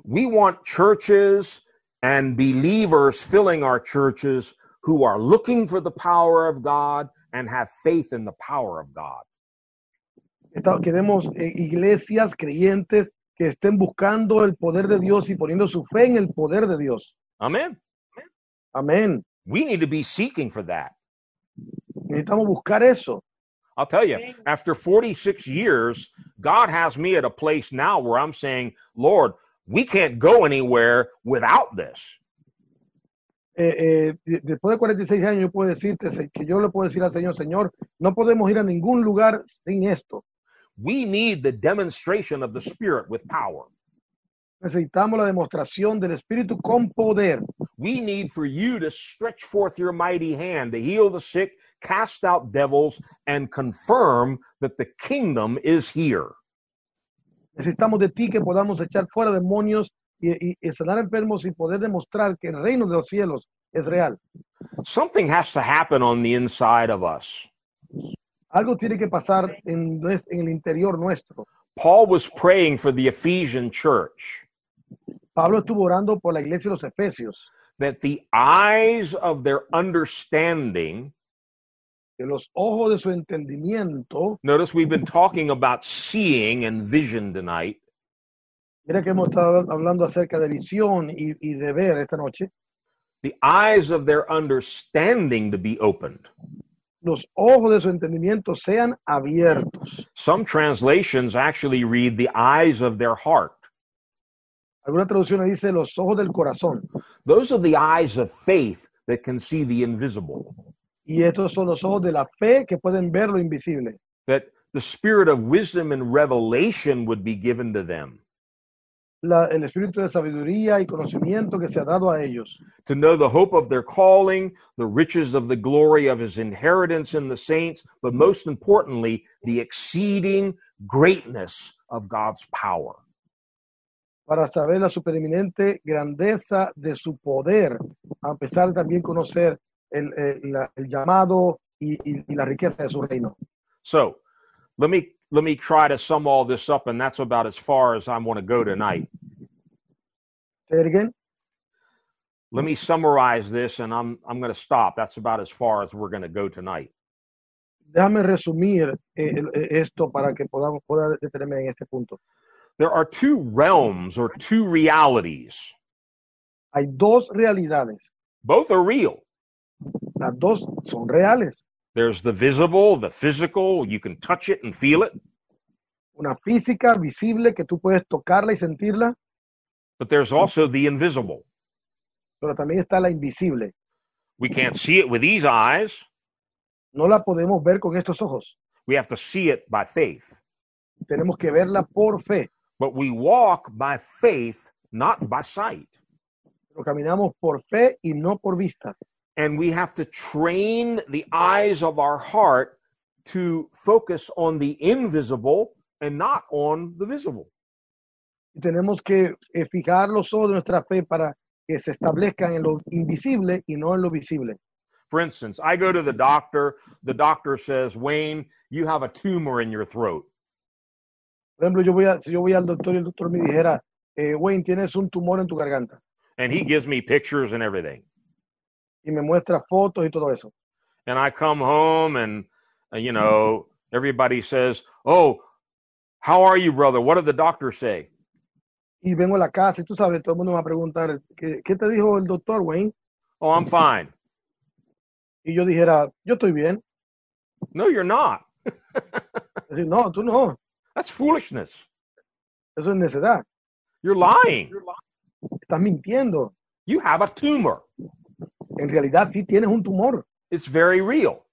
We want churches and believers filling our churches who are looking for the power of God and have faith in the power of God. Está- queremos eh, iglesias creyentes que estén buscando el poder de Dios y poniendo su fe en el poder de Dios. Amen. Amén. We need to be seeking for that. Necesitamos buscar eso. I'll tell you, after 46 years, God has me at a place now where I'm saying, Lord, we can't go anywhere without this. eh, eh, de- después de 46 años, yo puedo decirte se- que yo le puedo decir al Señor, Señor, no podemos ir a ningún lugar sin esto. We need the demonstration of the Spirit with power. Necesitamos la demostración del Espíritu con poder. We need for you to stretch forth your mighty hand to heal the sick, cast out devils, and confirm that the kingdom is here. Necesitamos de ti que podamos echar fuera demonios y, y- y sanar enfermos y poder demostrar que el reino de los cielos es real. Something has to happen on the inside of us. Algo tiene que pasar en, nues- en el interior nuestro. Paul was praying for the Ephesian church Pablo estuvo orando por la iglesia de los Efesios, that the eyes of their understanding, que los ojos de su entendimiento, notice we've been talking about seeing and vision tonight, mira que hemos estado hablando acerca de visión y, y de ver esta noche, the eyes of their understanding to be opened. los ojos de su entendimiento sean abiertos. Some translations actually read the eyes of their heart. Alguna traducción dice los ojos del corazón. Those are the eyes of faith that can see the invisible. Y estos son los ojos de la fe que pueden ver lo invisible. That the spirit of wisdom and revelation would be given to them La- el espíritu de sabiduría y conocimiento que se ha dado a ellos. to know the hope of their calling, the riches of the glory of his inheritance in the saints, but most importantly, the exceeding greatness of God's power. para saber la supereminente grandeza de su poder, a pesar de también conocer el, el- la- el llamado y, y- y la riqueza de su reino. So, let me let me try to sum all this up and that's about as far as I want to go tonight. Sergen, Let me summarize this and I'm I'm going to stop. That's about as far as we're going to go tonight. déjame resumir eh, el- eh, esto para que podamos pueda detenerme en este punto. There are two realms or two realities. Hay dos realidades, Both are real. las dos son reales, There's the visible, the physical, you can touch it and feel it, una física visible que tú puedes tocarla y sentirla, but there's also the invisible. pero también está la invisible. We can't see it with these eyes. No la podemos ver con estos ojos, We have to see it by faith. tenemos que verla por fe, But we walk by faith, not by sight. pero caminamos por fe y no por vista. And we have to train the eyes of our heart to focus on the invisible and not on the visible. y tenemos que eh, fijar los ojos de nuestra fe para que se establezcan en lo invisible y no en lo visible. For instance, I go to the doctor. The doctor says, Wayne, you have a tumor in your throat. Por ejemplo, yo voy a, si yo voy al doctor y el doctor me dijera, eh, Wayne, tienes un tumor en tu garganta And he gives me pictures and everything. y me muestra fotos y todo eso. And I come home and, uh, you know, everybody says, Oh, how are you, brother? What did the doctor say? Y vengo a la casa y tú sabes, todo el mundo me va a preguntar, ¿qué, qué te dijo el doctor, Wayne? Oh, I'm fine. Y yo dijera, yo estoy bien. No, you're not. Es decir, no, tú no, That's foolishness. eso es necedad, You're lying. estás mintiendo. You have a tumor. En realidad sí tienes un tumor, It's very real,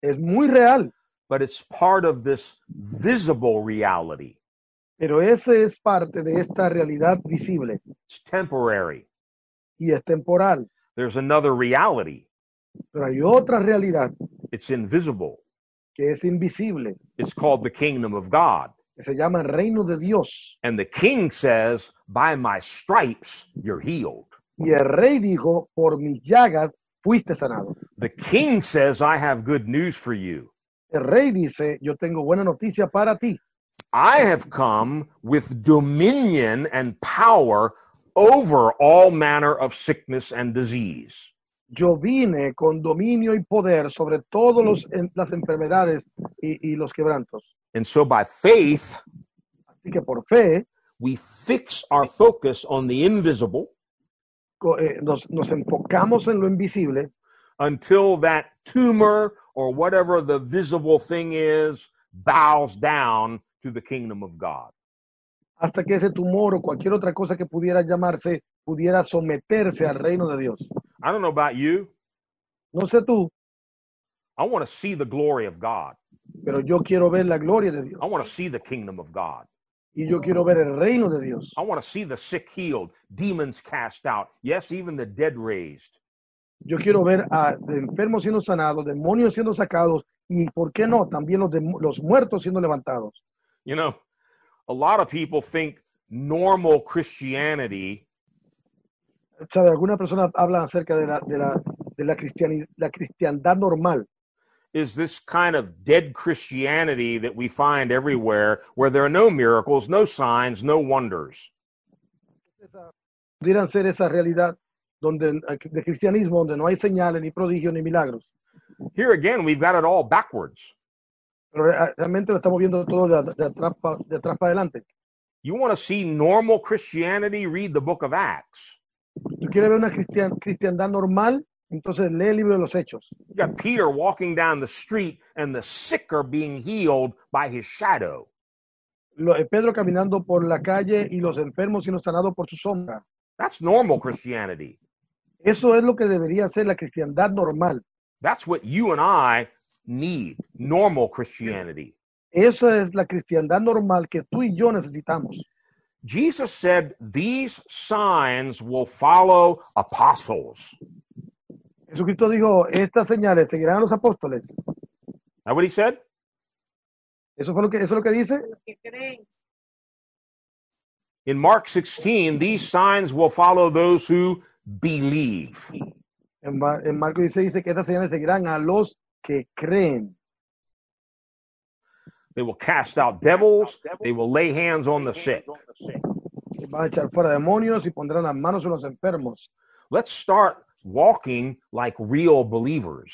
es muy real, but it's part of this visible reality. pero ese es parte de esta realidad visible It's temporary. y es temporal. There's another reality. Pero hay otra realidad It's invisible. que es invisible, It's called the kingdom of God. que se llama el reino de Dios. And the king says, By my stripes, you're healed. Y el rey dijo, por mis llagas fuiste sanado. The king says, I have good news for you. El rey dice, yo tengo buena noticia para ti. I have come with dominion and power over all manner of sickness and disease. Yo vine con dominio y poder sobre todas las enfermedades y, y los quebrantos. And so by faith, Así que por fe we fix our focus on the invisible co- eh, nos, nos enfocamos en lo invisible until that tumor or whatever the visible thing is bows down to the kingdom of God. hasta que ese tumor o cualquier otra cosa que pudiera llamarse pudiera someterse al reino de Dios. I don't know about you. No sé tú, I want to see the glory of God. pero yo quiero ver la gloria de Dios. I want to see the kingdom of God. Y yo quiero ver el reino de Dios. I want to see the sick healed, demons cast out. Yes, even the dead raised. Yo quiero ver a enfermos siendo sanados, demonios siendo sacados y, ¿por qué no? También los, dem- los muertos siendo levantados. You know, a lot of people think normal Christianity ¿Sabe? Algunas personas hablan acerca de la, de la, de la, cristiani- la cristiandad normal. is this kind of dead Christianity that we find everywhere where there are no miracles, no signs, no wonders. Esa- Pudieran ser esa realidad donde, de cristianismo donde no hay señales, ni prodigios, ni milagros. Here again, we've got it all backwards. Pero re- realmente lo estamos viendo todo de, de atrás, pa- de atrás para adelante. You want to see normal Christianity? Read the book of Acts. Tú quieres ver una cristian- cristiandad normal, entonces lee el libro de los hechos. You got Peter walking down the street and the sick are being healed by his shadow. Lo- eh, Pedro caminando por la calle y los enfermos siendo sanados por su sombra. That's normal Christianity. Eso es lo que debería ser la cristiandad normal. That's what you and I need normal Christianity. Eso es la cristiandad normal que tú y yo necesitamos. Jesus said, These signs will follow apostles. Jesucristo dijo, estas señales seguirán a los apóstoles. That what he said? Eso fue lo que, eso es lo que dice. los que creen. In Mark 16, these signs will follow those who believe. En, Ma- en Marcos 16 dice que estas señales seguirán a los que creen. They will cast out devils, they will lay hands on the sick. Van a echar fuera demonios y pondrán las manos en los enfermos. Let's start walking like real believers.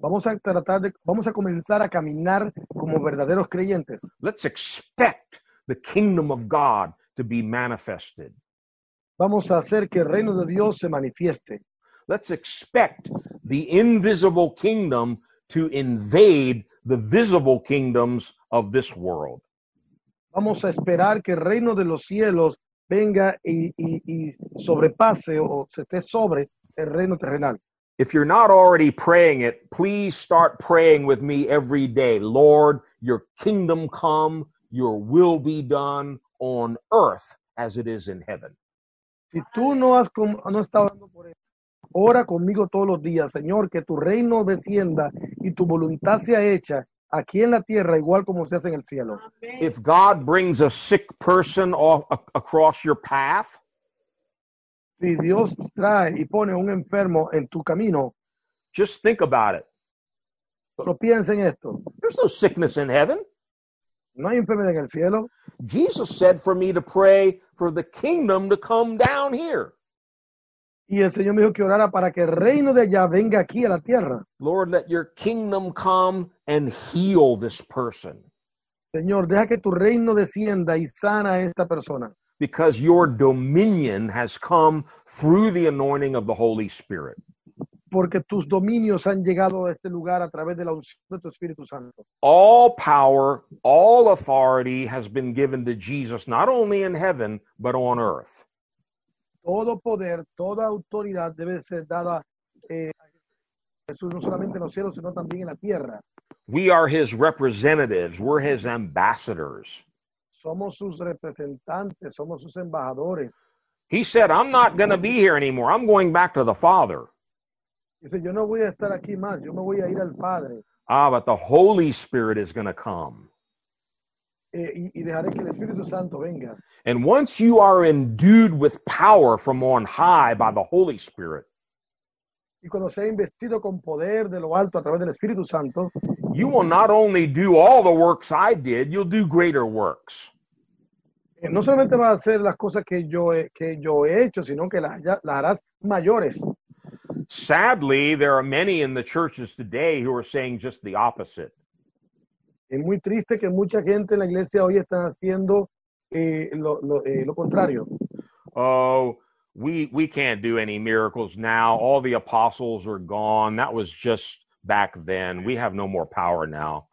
Vamos a tratar de, vamos a comenzar a caminar como verdaderos creyentes. Let's expect the kingdom of God to be manifested. Vamos a hacer que el reino de Dios se manifieste. Let's expect the invisible kingdom to invade the visible kingdoms of this world. Vamos a esperar que el reino de los cielos venga y, y- y sobrepase o se esté sobre el reino terrenal. If you're not already praying it, please start praying with me every day. Lord, your kingdom come, your will be done on earth as it is in heaven. Si tú no has com- no estado orando por eso, ora conmigo todos los días, Señor, que tu reino descienda y tu voluntad sea hecha aquí en la tierra igual como se hace en el cielo. Amén. If God brings a sick person off, a- across your path, Si Dios trae y pone un enfermo en tu camino, just think about it. solo piensa en esto. There's no sickness in heaven. No hay enfermedad en el cielo. Jesus said for me to pray for the kingdom to come down here. Y el Señor me dijo que orara para que el reino de allá venga aquí a la tierra. Lord, let your kingdom come and heal this person Señor, deja que tu reino descienda y sana a esta persona. because your dominion has come through the anointing of the Holy Spirit. Porque tus dominios han llegado a este lugar a través de la unción de tu Espíritu Santo. All power, all authority has been given to Jesus, not only in heaven, but on earth. Todo poder, toda autoridad debe ser dada eh, a Jesús, no solamente en los cielos, sino también en la tierra. We are his representatives, we're his ambassadors. Somos sus representantes, somos sus embajadores. He said, I'm not going to be here anymore. I'm going back to the Father. Dice, yo no voy a estar aquí más, yo me voy a ir al Padre Ah, but the Holy Spirit is going to come. eh, y- y dejaré que el Espíritu Santo venga. And once you are endued with power from on high by the Holy Spirit, y cuando sea investido con poder de lo alto a través del Espíritu Santo, you will not only do all the works I did, you'll do greater works. eh, no solamente va a hacer las cosas que yo he, que yo he hecho, sino que las, ya- las harás mayores. Sadly, there are many in the churches today who are saying just the opposite. Es muy triste que mucha gente en la iglesia hoy está haciendo eh, lo, lo- eh, lo contrario. Oh, we we can't do any miracles now. All the apostles are gone. That was just back then. We have no more power now.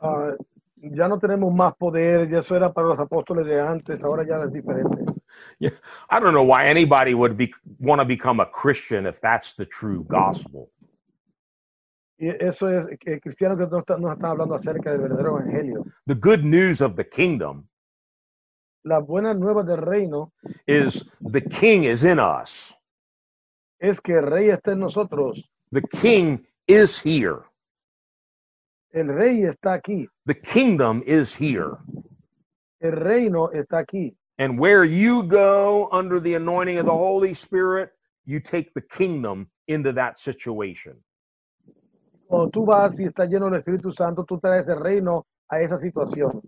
Ah, ya no tenemos más poder, ya eso era para los apóstoles de antes, ahora ya es diferente. I don't know why anybody would be want to become a Christian if that's the true gospel. Y eso es eh, cristiano que nos está, nos está hablando acerca del verdadero evangelio. The good news of the kingdom Las buenas nuevas del reino is the king is in us. es que el rey está en nosotros. The king is here. El rey está aquí. The kingdom is here. El reino está aquí. And where you go under the anointing of the Holy Spirit, you take the kingdom into that situation. Cuando tú vas y estás lleno del Espíritu Santo, tú traes el reino a esa situación.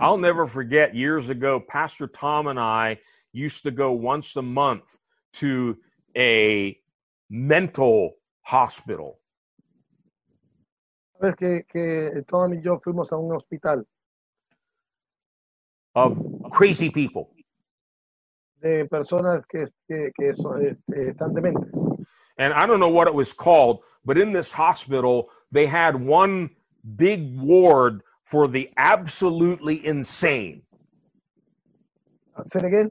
I'll never forget years ago, Pastor Tom and I used to go once a month to a mental hospital. Sabes que, que Tom y yo fuimos a un hospital of crazy people. de personas que, que, que son, eh, eh, están dementes. And I don't know what it was called, but in this hospital, they had one big ward for the absolutely insane. Say it again.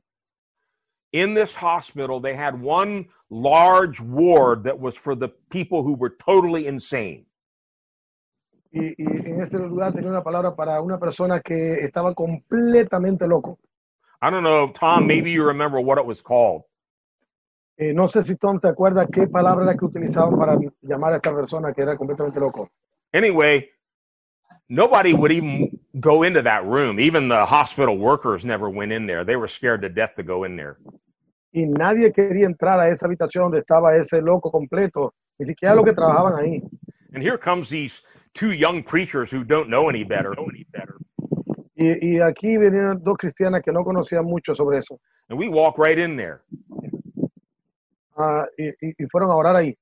In this hospital, they had one large ward that was for the people who were totally insane. Y, y en este lugar tenía una palabra para una persona que estaba completamente loco. I don't know, Tom, maybe you remember what it was called. Eh, no sé si Tom te acuerdas qué palabra era que utilizaban para llamar a esta persona que era completamente loco. Anyway, nobody would even go into that room. Even the hospital workers never went in there. They were scared to death to go in there. Y nadie quería entrar a esa habitación donde estaba ese loco completo, ni siquiera los que trabajaban ahí. And here comes these two young preachers who don't know any better. Know any better. Y, y aquí venían dos cristianas que no conocían mucho sobre eso. And we walk right in there. Ah, y, y- y fueron a orar ahí.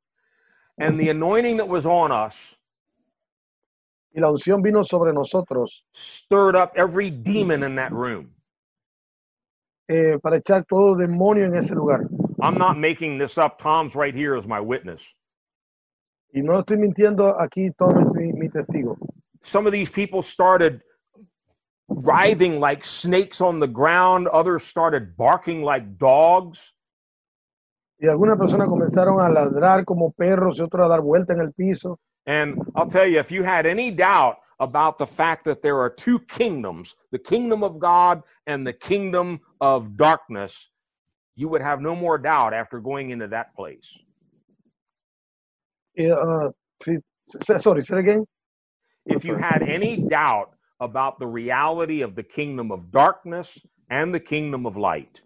And the anointing that was on us Y la unción vino sobre nosotros stirred up every demon in that room. eh, para echar todo demonio en ese lugar. I'm not making this up. Tom's right here as my witness. Y no estoy mintiendo aquí, Tom es mi, mi testigo. Some of these people started writhing like snakes on the ground, others started barking like dogs. Y algunas personas comenzaron a ladrar como perros y otros a dar vuelta en el piso. And I'll tell you, if you had any doubt about the fact that there are two kingdoms, the kingdom of God and the kingdom of darkness, you would have no more doubt after going into that place. Y, ah, sí, sí, sorry, say it again. If you had any doubt about the reality of the kingdom of darkness and the kingdom of light,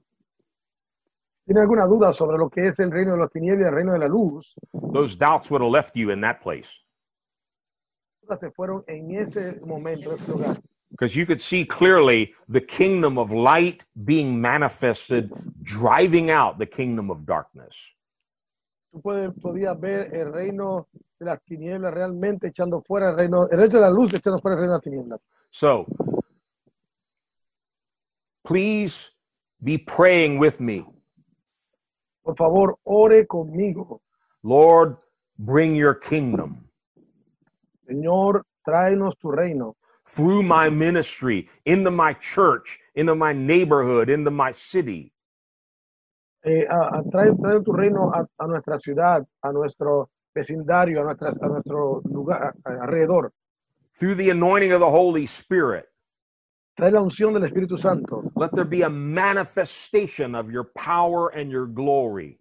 ¿Tiene alguna duda sobre lo que es el reino de las tinieblas y el reino de la luz? those doubts would have left you in that place Todas se fueron en ese momento, en ese lugar. because you could see clearly the kingdom of light being manifested, driving out the kingdom of darkness. Tú puedes, podías ver el reino de las tinieblas realmente echando fuera el reino, el reino de la luz echando fuera el reino de las tinieblas. So please be praying with me. Por favor, ore conmigo. Lord, bring your kingdom Señor, tráenos tu reino. through my ministry, into my church, into my neighborhood, into my city. Eh, a- a- trae, trae tu reino a, a nuestra ciudad, a nuestro vecindario, a, nuestra, a nuestro lugar, a- a- alrededor. Through the anointing of the Holy Spirit, Trae la unción del Espíritu Santo. let there be a manifestation of your power and your glory,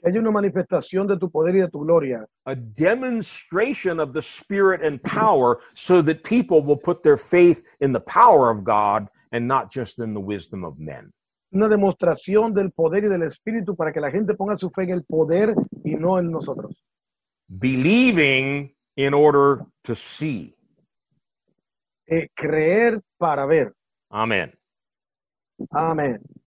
Que haya una manifestación de tu poder y de tu gloria. a demonstration of the Spirit and power, so that people will put their faith in the power of God and not just in the wisdom of men. Una demostración del poder y del Espíritu para que la gente ponga su fe en el poder y no en nosotros. believing in order to see. Eh, creer para ver. Amen. Amén.